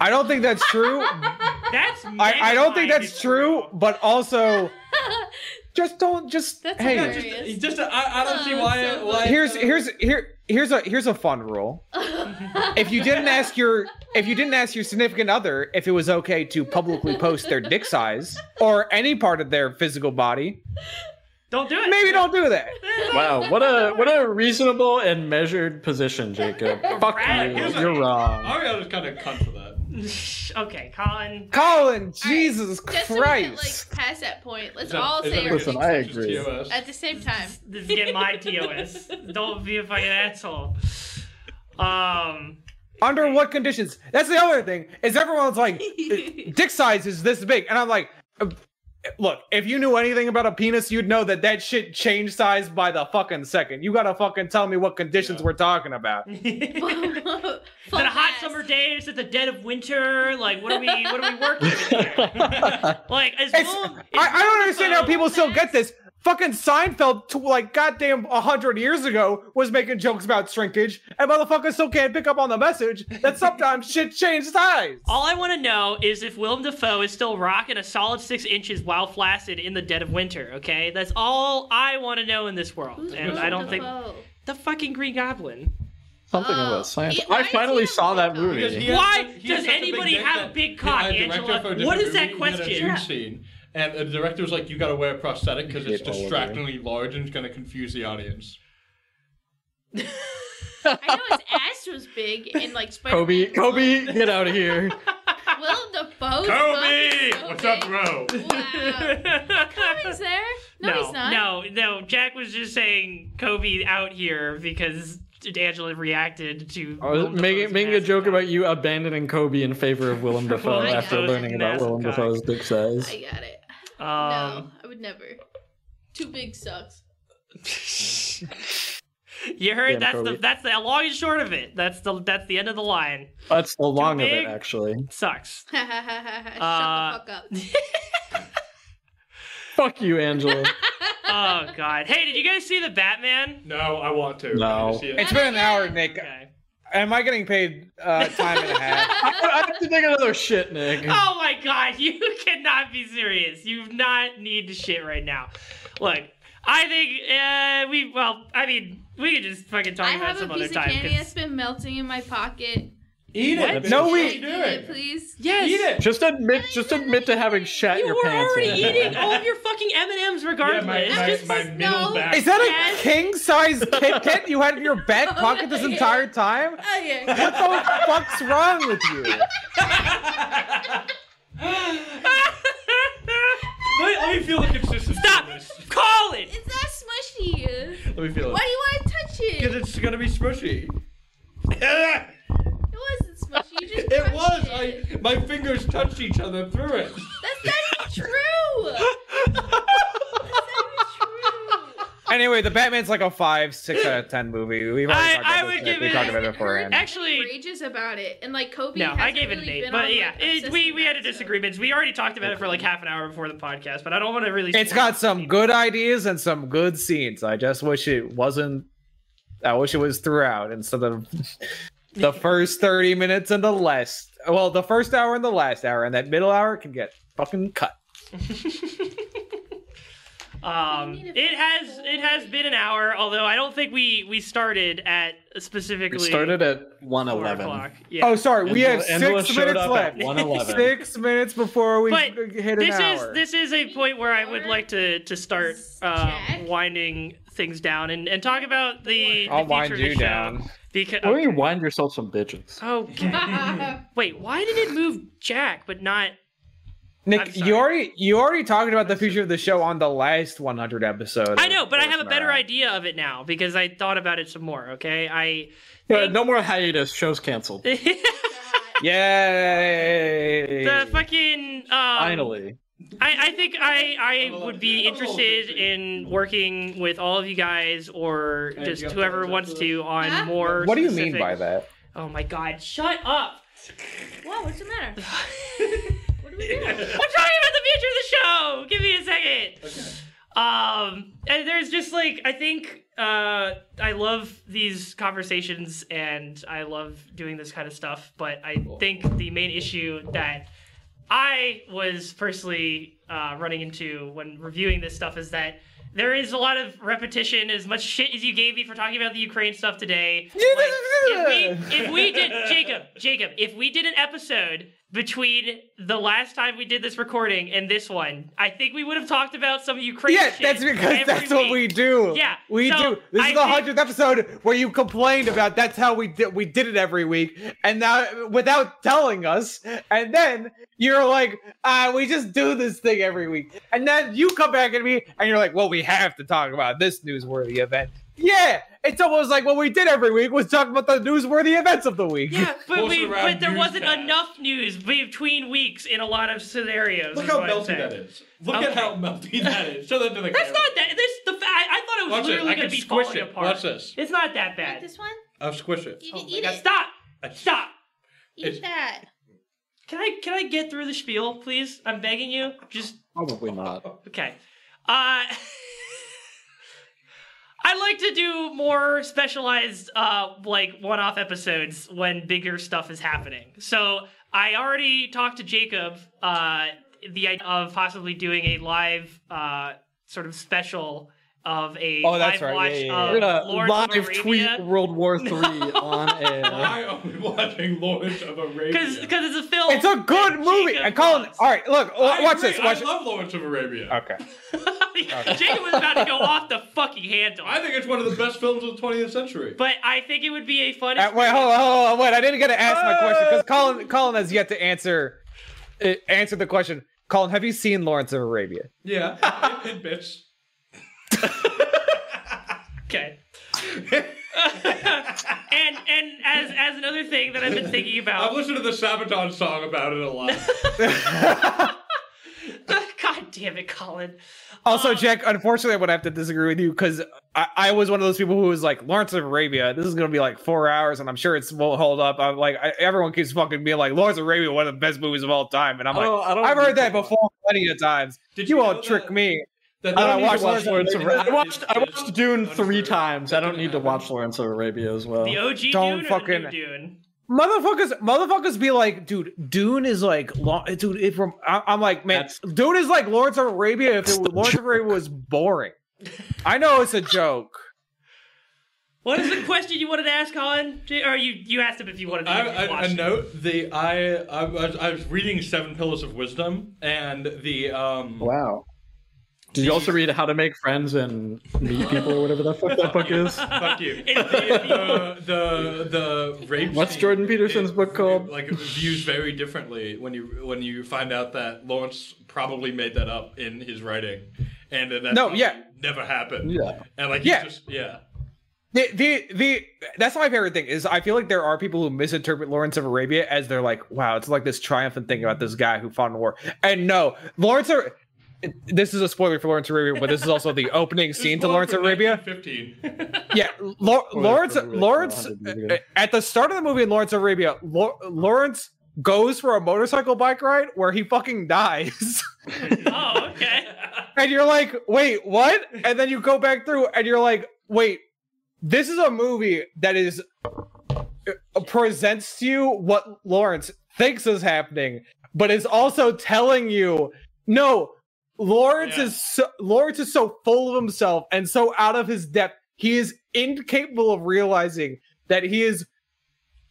F: I don't think that's true.
A: That's
F: I, I don't think
A: magnified.
F: that's true, but also just don't just
B: That's
F: hey
B: hilarious.
D: Just, it's just I I, I don't see
B: Oh,
D: why.
B: so
D: why
F: here's here's here here's a here's a fun rule. If you didn't ask your if you didn't ask your significant other if it was okay to publicly post their dick size or any part of their physical body,
A: Don't do it.
F: maybe don't do that.
G: Wow, what a what a reasonable and measured position, Jacob. Fuck
A: Right.
G: you. You're wrong.
D: Ariana's kind of cunt for that.
A: okay, Colin.
F: Colin, Jesus
B: Just so we can
F: Christ.
B: like pass that point. Let's
D: Is that-
B: all
D: is
B: say
D: that
B: our
G: Listen,
B: things
G: I
D: It's just
G: agree.
D: TOS.
B: at the same time.
A: This is get my TOS. Don't be a fucking asshole. Um.
F: Under what conditions? That's the other thing. Is everyone's like, dick size is this big, and I'm like, uh, look, if you knew anything about a penis, you'd know that that shit changed size by the fucking second. You gotta fucking tell me what conditions
D: Yeah.
F: we're talking about.
A: is
B: Fuck
A: it a hot
B: ass.
A: summer day? Is it the dead of winter? Like, what are we? What are we working with here? Like, as
F: It's,
A: long,
F: I, I don't understand how
A: Willenfeld-
F: people still get this. Fucking Seinfeld, to, like goddamn a hundred years ago, was making jokes about shrinkage, and motherfuckers still can't pick up on the message that sometimes shit changed size.
A: All I want to know is if Willem Dafoe is still rocking a solid six inches while flaccid in the dead of winter. Okay, that's all I want to know in this world, and I don't think the fucking Green Goblin.
G: Something
B: Oh,
G: about science.
B: yeah, why
G: I
B: is he
G: finally
B: a
G: saw that
B: leprechaun?
D: Because he
G: movie.
D: had
A: Why
D: such- he
A: does
D: had such a big
A: anybody
D: dick
A: have
D: that
A: a big
D: a
A: cock,
D: director
A: Angela?
D: for a different
A: What is that
D: movie, he had a
A: question?
D: nude
A: Yeah.
D: scene, and the director was like, "You got to wear a prosthetic because it's
G: all over
D: distractingly large and it's going to confuse the audience."
B: I know his ass was big in like Spider
G: Kobe, Kobe, get out of here.
B: Will Dafoe's
D: Kobe,
B: fucking so
D: what's up,
B: big.
D: bro?
B: Wow. Kobe's there. No,
A: no,
B: he's not.
A: no, no. Jack was just saying Kobe out here because Angela reacted to
G: I was
A: Willem
G: making
A: Dafoe's
G: making a
A: massive
G: joke
A: cock.
G: about you abandoning Kobe in favor of Willem Dafoe
A: Willem
G: after
B: Dafoe's
G: learning about
A: massive
G: Willem
A: cock.
G: Dafoe's big size.
B: I got it. no,
A: Um,
B: I would never. Too big sucks.
A: You heard
G: Damn
A: that's
G: Kobe.
A: the that's the long and short of it. That's the that's the end of the line.
G: That's the long of
A: big.
G: it, actually.
A: Sucks.
B: Shut the
A: Uh,
B: fuck up.
G: Fuck you, Angela.
A: oh god. Hey, did you guys see the Batman?
D: No, I want to.
G: No.
D: I need to see it.
F: It's been an hour, Nick.
A: Okay.
F: Am I getting paid uh, time and a half?
G: I have to take another shit, Nick.
A: Oh my god, you cannot be serious. You do not need to shit right now. Look, I think uh, we well, I mean, we could just fucking talk
B: I
A: about it
B: have a
A: some other
B: piece of
A: time.
B: candy
A: 'cause-
B: that's been melting in my pocket.
D: Eat
G: What?
D: it. bitch.
G: No,
D: What are
G: we-
D: you
B: Can I eat it,
D: doing?
B: please.
A: Yes.
D: Eat it.
G: Just admit, just admit to having shat
A: You
G: your
A: were
G: pants.
A: already
G: in.
A: eating all of your fucking M and M's,
D: Yeah,
A: regardless.
D: my,
A: It's
D: my,
A: just-
D: my
B: no.
D: middle back.
F: Is that a
B: Yes.
F: king size Kit Kat you had in your back
A: Oh,
F: pocket this entire time? What
B: Oh yeah.
F: the fuck's wrong with you?
D: Let me, let me feel the consistency.
A: Stop!
D: Of this.
A: Call it.
B: It's not smushy.
D: Let me feel it.
B: Why do you want to touch it?
D: Because it's gonna be smushy.
B: It wasn't smushy. You just
D: It was. I my fingers touched each other through it.
B: That's not even true. That's not even true.
F: Anyway, the Batman's like a five, six out of ten movie. We've already
A: I-
F: talked about
A: I
F: this,
A: would
F: Nick.
A: give
F: we
A: it-
F: talked about
B: Hasn't
F: it beforehand.
B: hurt
A: Actually-
B: rages about it, and like Kobe.
A: No, I
B: hasn't
A: gave it
B: really
A: an eight,
B: been
A: but
B: on,
A: yeah,
B: like,
A: it, we
B: obsessing
A: we had a
B: about it, so-
A: disagreement. We already talked about it for like half an hour before the podcast, but I don't want to really.
F: It's got some good ideas and some good scenes. I just wish it wasn't. I wish it was throughout instead of the first thirty minutes and the last. Well, the first hour and the last hour, and that middle hour can get fucking cut.
A: Um,
B: We need a
A: it has it has been an hour, although I don't think we we started at
G: We
A: specifically.
G: started at
A: four
G: 111.
A: o'clock. Yeah.
F: Oh, sorry, we have
E: Angela- Angela
F: six
E: showed
F: minutes
E: up at
F: left.
E: 1:11.
F: Six minutes before we
A: But
F: hit an
A: this
F: hour.
A: is this is a point where I would like to to start uh,
B: Jack?
A: winding things down and, and talk about the, the
F: I'll
A: future
F: wind
A: of the
F: you
A: show.
F: down.
A: Because
E: Why don't you wind yourself some bitches?
A: okay, wait, why did it move Jack but not? I'm
F: Nick,
A: sorry.
F: you already you already talked about the future of the show on the last 100 episode.
A: I know, but I have a better
F: Right.
A: idea of it now because I thought about it some more. Okay, I
G: Yeah, no more hiatus. Show's canceled.
F: Yay!
A: the fucking um,
G: Finally.
A: I, I think I, I
D: Hold on.
A: would be
D: Hold on.
A: interested in working with all of you guys or
D: Hey,
A: just
D: you got
A: whoever
D: thumbs up
A: wants
D: to
A: to on
B: Huh?
A: more.
F: What do you
A: specific-
F: mean by that?
A: Oh my god, shut up!
B: Whoa, what's the matter? What are we
A: I'm
B: doing?
A: talking about the future of the show! Give me a second! Um, and there's just like, I think uh, I love these conversations and I love doing this kind of stuff, but I think the main issue that I was personally uh, running into when reviewing this stuff is that there is a lot of repetition. As much shit as you gave me for talking about the Ukraine stuff today, like, if, we, if we did Jacob, Jacob, if we did an episode between the last time we did this recording and this one, I think we would have talked about some Ukraine.
F: Yeah,
A: shit
F: that's because
A: every
F: that's what we
A: week.
F: do.
A: Yeah,
F: we
A: so
F: do. This
A: I
F: is the
A: think-
F: hundredth episode where you complained about that's how we did we did it every week, and now without telling us, and then you're like, uh, we just do this thing every week, and then you come back at me and you're like, well, we have to talk about this newsworthy event. Yeah, it's almost like what we did every week was talk about the newsworthy events of the week.
A: Yeah, but
D: Most
A: we,
D: around
A: but there wasn't
D: newscast.
A: enough news between weeks in a lot of scenarios.
D: Look
A: is
D: how
A: what I'm
D: melty
A: saying.
D: that is. Look
A: Okay.
D: at how melty that is. Show that to the
A: That's
D: camera.
A: not that. This the fa- I, I thought it was
D: Watch it.
A: literally
D: I
A: gonna
D: can
A: be
D: squish
A: falling
D: it.
A: apart.
D: Watch this.
A: It's not that
B: Like
A: bad.
B: this one?
D: I'll squish it.
B: You
A: Oh
B: can
A: my
B: eat
A: God,
B: it.
A: Stop! Stop!
B: Eat that.
A: Can I can I get through the spiel, please? I'm begging you. Just
E: Probably not.
A: okay. Uh, I'd like to do more specialized, uh, like one-off episodes when bigger stuff is happening. So I already talked to Jacob. Uh, the idea of possibly doing a live, uh, sort of special of a
F: Oh, that's
A: live
F: right.
A: watch
F: Yeah, yeah,
A: of
F: yeah.
G: We're gonna
A: Lawrence of
G: live tweet
A: Arabia.
G: World War Three on air.
D: Why are we watching Lawrence of Arabia?
A: because because it's a film.
F: It's a good
A: that
F: movie.
A: Jacob
F: And Colin,
A: loves.
F: all right, look,
D: I
F: watch
D: agree.
F: this. Watch
D: I
F: it.
D: love Lawrence of Arabia.
F: Okay.
A: Jacob was about to go off the fucking handle.
D: I think it's one of the best films of the 20th century.
A: But I think it would be a fun.
F: Uh, wait, hold on, hold on, wait. I didn't get to ask my question because Colin, Colin has yet to answer uh, answer the question. Colin, have you seen Lawrence of Arabia?
D: yeah, it, it bits.
A: Okay. and and as as another thing that I've been thinking
D: I've
A: about.
D: listened to the Sabaton song about it a lot.
A: God damn it, Colin.
F: Also, Jack, unfortunately, I would have to disagree with you because I, I was one of those people who was like, Lawrence of Arabia, this is going to be like four hours, and I'm sure it won't hold up. I'm like, I, everyone keeps fucking being like, Lawrence of Arabia, one of the best movies of all time, and I'm
E: I don't-
F: like,
E: I don't
F: I've
E: need
F: heard that
E: to watch-
F: before plenty of times.
D: Did
F: you
D: you
F: won't
D: know
F: trick
D: that-
F: me.
D: That
F: I
D: that
F: don't
D: movie
F: watch
D: was
F: Lawrence of
D: made
E: Lawrence of Arabia. I
D: in-
E: watched I watched Dune three
D: Untrue.
E: times. I
D: That
E: don't
D: didn't
E: need to
D: happen.
E: watch Lawrence of Arabia as well.
A: The OG
F: Don't
A: Dune or the
F: fucking-
A: new Dune?
F: motherfuckers motherfuckers be like dude dune is like long dude it from I, i'm like man dune is like lawrence of arabia if it, lawrence of arabia was boring i know it's a joke
A: What is the question you wanted to ask, Colin? J- Or you you asked him if you wanted to
D: I,
A: if you
D: I,
A: watched
D: a
A: it.
D: note the I, I was I was reading Seven Pillars of Wisdom and the um
E: Wow.
G: Did you also read How to Make Friends and Meet People or whatever the fuck that book is?
D: fuck you
A: It's the-
D: the, the the rape
G: What's
D: scene
G: Jordan Peterson's book called?
D: like views very differently when you when you find out that Lawrence probably made that up in his writing and that that
F: No,
D: probably
F: yeah.
D: never happened
E: Yeah.
D: and like he's
F: Yeah.
D: just yeah
F: the, the the that's my favorite thing is I feel like there are people who misinterpret Lawrence of Arabia as they're like, wow, it's like this triumphant thing about this guy who fought in war. And no, Lawrence of this is a spoiler for Lawrence of Arabia, but this is also the opening scene to Lawrence of Arabia.
H: Fifteen.
F: Yeah, Law-
C: Spoiler
F: Lawrence
C: for like
F: Lawrence uh,
C: 400 years ago.
F: at the start of the movie in Lawrence of Arabia, Law- Lawrence goes for a motorcycle bike ride where he fucking dies.
A: Oh, okay.
F: and you're like, wait, what? And then you go back through and you're like, wait, this is a movie that is uh, presents to you what Lawrence thinks is happening, but is also telling you, no, Lawrence
H: Yeah.
F: is so, Lawrence is so full of himself and so out of his depth, he is incapable of realizing that he is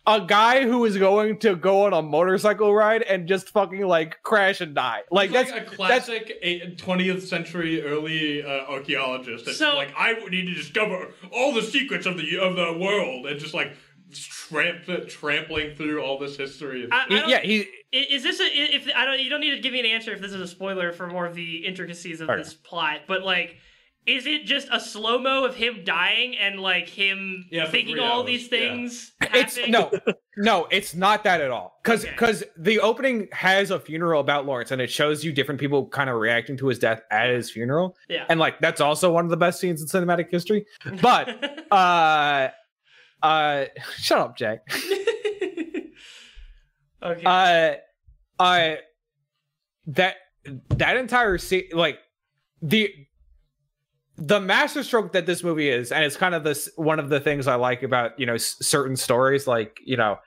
F: a guy who is going to go on a motorcycle ride and just fucking like crash and die. Like that's
H: That's like a classic eight- 20th century early uh, archaeologist. That's
A: So-
H: like I need to discover all the secrets of the of the world, and just like tramp, trampling through all this history.
A: I, I don't,
F: yeah, he
A: I- Is this a, i- if I don't you don't need to give me an answer if this is a spoiler for more of the intricacies of
F: Alright.
A: this plot, but like is it just a slow mo of him dying and like him
H: Yeah, for
A: thinking
H: three
A: all
H: hours,
A: these
H: yeah.
A: things?
F: it's
A: happening?
F: no no it's not that at all because
A: Okay.
F: because the opening has a funeral about lawrence and it shows you different people kind of reacting to his death at his funeral
A: Yeah.
F: and like that's also one of the best scenes in cinematic history but uh uh shut up jack
A: okay.
F: uh uh that that entire scene like the the masterstroke that this movie is and it's kind of this one of the things i like about you know s- certain stories like you know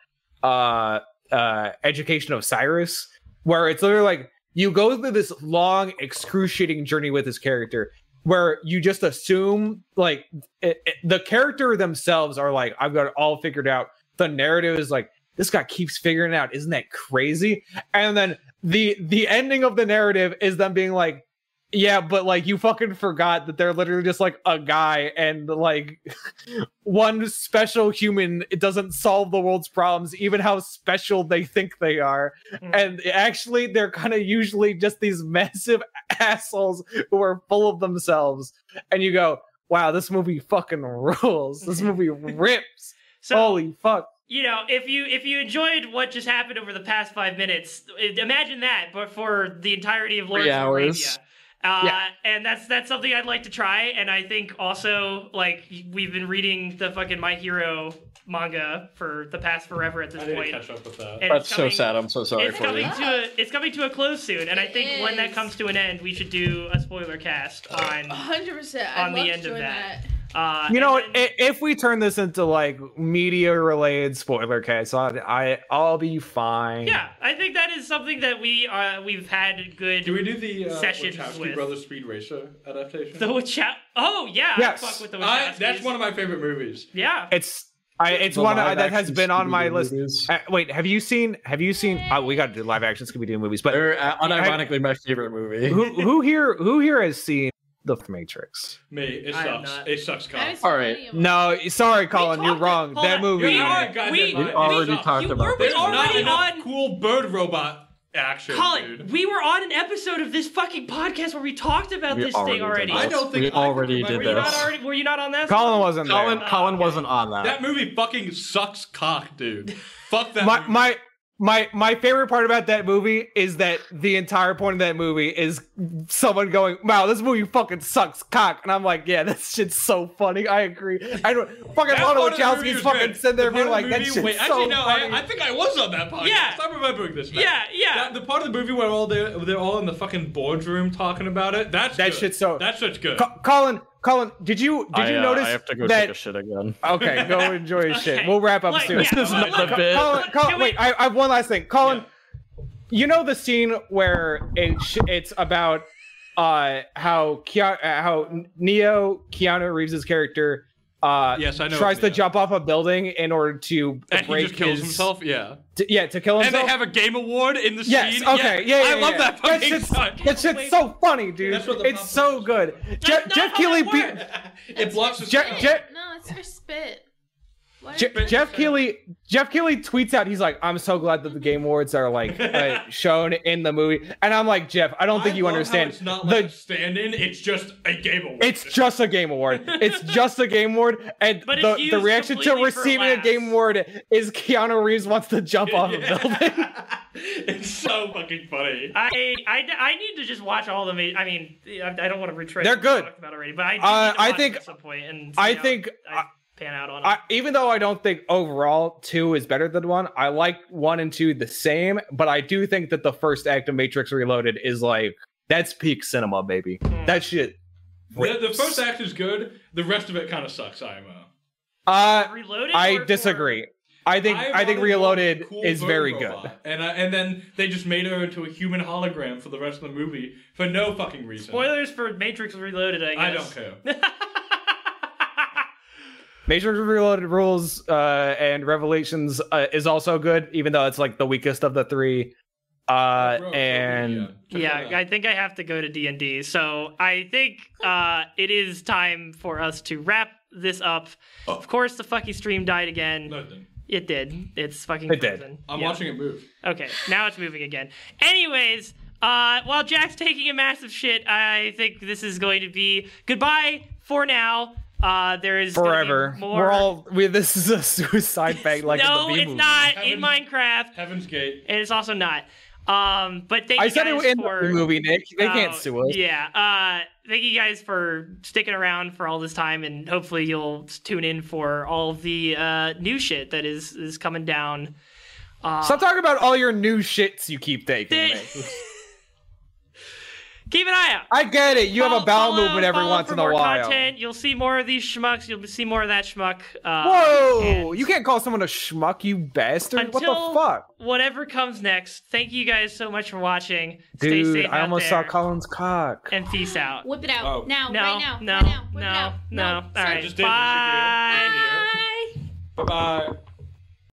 F: uh uh education of cyrus where it's literally like you go through this long excruciating journey with this character where you just assume like it, it- the character themselves are like i've got it all figured out the narrative is like this guy keeps figuring it out isn't that crazy and then the the ending of the narrative is them being like yeah but like you fucking forgot that they're literally just like a guy and like one special human it doesn't solve the world's problems even how special they think they are
A: Mm.
F: and actually they're kind of usually just these massive assholes who are full of themselves and you go wow this movie fucking rules this movie rips
A: Mm-hmm. so
G: oh.
F: holy fuck
A: you know, if you if you enjoyed what just happened over the past five minutes, imagine that, but for the entirety of Lawrence
G: Three
A: of
G: hours.
A: Arabia. Uh,
F: Yeah.
A: And that's that's something I'd like to try. And I think also like we've been reading the fucking My Hero manga for the past forever at this
H: I need to
A: point.
H: catch up with that.
A: And
G: That's
A: it's coming,
G: so sad. I'm so sorry
A: It's
G: for
A: coming
G: you.
A: to a it's coming to a close soon. And I
B: It
A: think when that
B: is.
A: comes to an end, we should do a spoiler cast on.
B: hundred percent. I'd
A: On the
B: love
A: end
B: to
A: of
B: join
A: that.
B: that.
A: Uh,
F: you
A: and
F: know,
A: then-
F: i- if we turn this into like media related spoiler cast, I, I I'll be fine.
A: yeah, I think that is something that we uh, we've had good.
H: Do we do the uh,
A: Sessions
H: Wachowski
A: with-
H: Brothers Speed Racer adaptation?
A: the Wachow? Oh yeah, I
F: Yes.
A: fuck with the
H: I, that's
A: Wachowskis.
H: one of my favorite movies.
A: Yeah.
F: it's I it's
E: The
F: one
E: live
F: I, that has
E: action
F: been on my
E: Scooby-Doo
F: list.
E: movies.
F: Uh, wait, have you seen? Have you seen? Oh, we got to do live action Scooby Doo movies, but
G: They're uh, unironically my favorite movie.
F: who who here who here has seen the Matrix?
H: Me, it
A: I am
H: sucks.
A: not.
H: It sucks,
B: I
H: Kyle.
B: haven't seen
G: All right.
B: any of them.
F: No, sorry, Colin,
A: talked-
F: you're wrong.
A: hold
F: That
A: on.
F: movie.
A: We
H: Yeah,
A: are-
H: I got
A: we-
H: that
A: we
H: line.
G: already
A: you-
G: talked
A: were
G: about
A: we
H: There's not
A: already
H: enough
A: on
H: cool bird robot action,
A: Colin,
H: dude.
A: we were on an episode of this fucking podcast where we talked about
G: We
A: this
G: already
A: thing
G: did
A: already.
G: this.
H: I don't think
G: We
H: I can
G: already
H: remember
A: Were
G: did
H: that.
A: you not
G: this.
A: already? Were you not on that?
F: Colin wasn't
G: Colin,
F: there.
G: Colin wasn't on that.
H: That movie fucking sucks cock, dude. Fuck that.
F: my
H: movie.
F: my my my favorite part about that movie is that the entire point of that movie is someone going, "Wow, this movie fucking sucks cock," and I'm like, "Yeah, that shit's so funny." I agree. I don't fucking
H: That
F: Lana
H: part of the movie
F: Wachowski's
H: was
F: fucking
H: good.
F: sitting there
H: The part
F: being
H: of
F: like,
H: the
F: "That
H: movie-
F: shit's
H: wait,
F: so
H: actually, no,
F: funny."
H: I, I think I was on that podcast.
A: Yeah.
H: I'm remembering this. Now.
A: Yeah, yeah.
H: That- the part of the movie where all they they're all in the fucking boardroom talking about it. That's
F: That
H: good.
F: shit's so-
H: That shit's good.
F: Co- Colin, Colin, did you did
G: I,
F: you
G: uh,
F: notice
G: I have to go
F: that?
G: take a shit again.
F: okay, go enjoy your shit.
A: Okay.
F: We'll wrap up
A: Like,
F: soon.
A: yeah,
G: This is
A: look,
G: not
A: look,
G: the bit.
F: Colin,
A: Can
F: Colin
A: we-
F: wait, I, I have one last thing. Colin,
H: Yeah.
F: you know the scene where it sh- it's about uh how Keanu, uh, how Neo Keanu Reeves's character uh
H: Yes, I know
F: tries
H: of
F: to
H: Neo.
F: jump off a building in order to
H: and he
F: break
H: just kills
F: his-
H: himself. Yeah.
F: to- yeah, to kill
H: And
F: himself.
H: they have a game award in the
F: Yes.
H: scene.
F: Okay. Yeah. yeah,
H: I
F: yeah,
H: love
F: yeah.
H: that fucking
F: shit's,
H: touch.
F: that shit's so funny, dude.
H: That's what the
F: It's
H: pop
F: so
H: was.
F: good. Je-
A: not
F: Jeff
A: how
F: Keighley
A: that
F: beat
A: works.
H: it blocks the
F: Je-
H: sound.
F: Je-
B: No, it's for spit. Why
F: Je- Jeff Keeley Jeff Keeley tweets out he's like I'm so glad that the game awards are like uh, shown in the movie and I'm like Jeff I don't think you
D: love how
F: understand
D: It's not
F: the
D: like stand in, it's just a game award.
F: It's just a game award. It's just a game award, and
A: But it's
F: the, the
A: used
F: reaction to
A: completely for
F: receiving a
A: laughs.
F: game award is Keanu Reeves wants to jump off a building.
D: it's so fucking funny.
A: I, I, I need to just watch all the. ma- I mean, I, I don't want to retread.
F: They're
A: what we
F: good.
A: Talked about already, but I, do
F: Uh,
A: need to
F: I
A: watch
F: think-
A: it at some point and see
F: I
A: how
F: think
A: I pan out on it.
F: I, even though I don't think overall two is better than one, I like one and two the same, but I do think that the first act of Matrix Reloaded is like that's peak cinema, baby. That shit.
D: The, the first
F: rips.
D: act is good, the rest of it kind of sucks, IMO.
F: Uh,
A: Reloaded.
F: I
A: or- or-
F: disagree. I think I,
D: wanted
F: think
D: a
F: Reloaded
D: cool
F: is
D: bird
F: very
D: robot.
F: good.
D: And I, and then they just made her into a human hologram for the rest of the movie for no fucking reason.
A: Spoilers for Matrix Reloaded. I
D: I
A: guess.
D: don't care.
F: Matrix Reloaded rules uh, and Revelations uh, is also good, even though it's like the weakest of the three. Uh,
D: Bro, yeah,
F: and
D: check that
A: yeah
D: out.
A: i think i have to go to d&d so i think uh, it is time for us to wrap this up
F: Oh.
A: of course the fucky stream died again
D: No, it didn't.
A: it did it's fucking
F: It did.
A: frozen.
D: I'm
A: Yeah.
D: watching it move.
A: okay now it's moving again anyways uh, while jack's taking a massive shit i think this is going to be goodbye for now uh, there is gonna be
F: forever,
A: more...
F: we're all we, this is a suicide bank like
A: no
F: in the B
A: it's
F: movie.
A: not in
D: Heaven-
A: minecraft
D: Heaven's Gate.
A: and it's also not um, but thank
F: I
A: you
F: said it
A: guys
F: in
A: for...
F: the movie, Nick. They can't
A: Oh,
F: sue us.
A: Yeah. Uh, thank you guys for sticking around for all this time, and hopefully you'll tune in for all the uh, new shit that is is coming down.
F: Stop talking about all your new shits you keep taking. Nick.
A: Keep an eye out.
F: I get it. You have a bowel
A: Follow-
F: movement every
A: follow
F: once
A: for
F: in a
A: more
F: while.
A: Content. You'll see more of these schmucks. You'll see more of that schmuck. Uh,
F: Whoa!
A: and
F: You can't call someone a schmuck, you bastard.
A: Until-
F: what the fuck,
A: Whatever comes next. Thank you guys so much for watching. Stay
F: dude?
A: safe
F: I
A: out
F: almost
A: there,
F: saw Colin's cock.
A: And peace out.
B: Whip it out
D: Oh.
B: now,
A: No,
B: right now,
A: no,
B: right now, Whip it
A: no,
B: out.
A: no. All
B: sorry.
A: right.
D: just did.
A: Bye.
B: Bye.
D: Bye bye.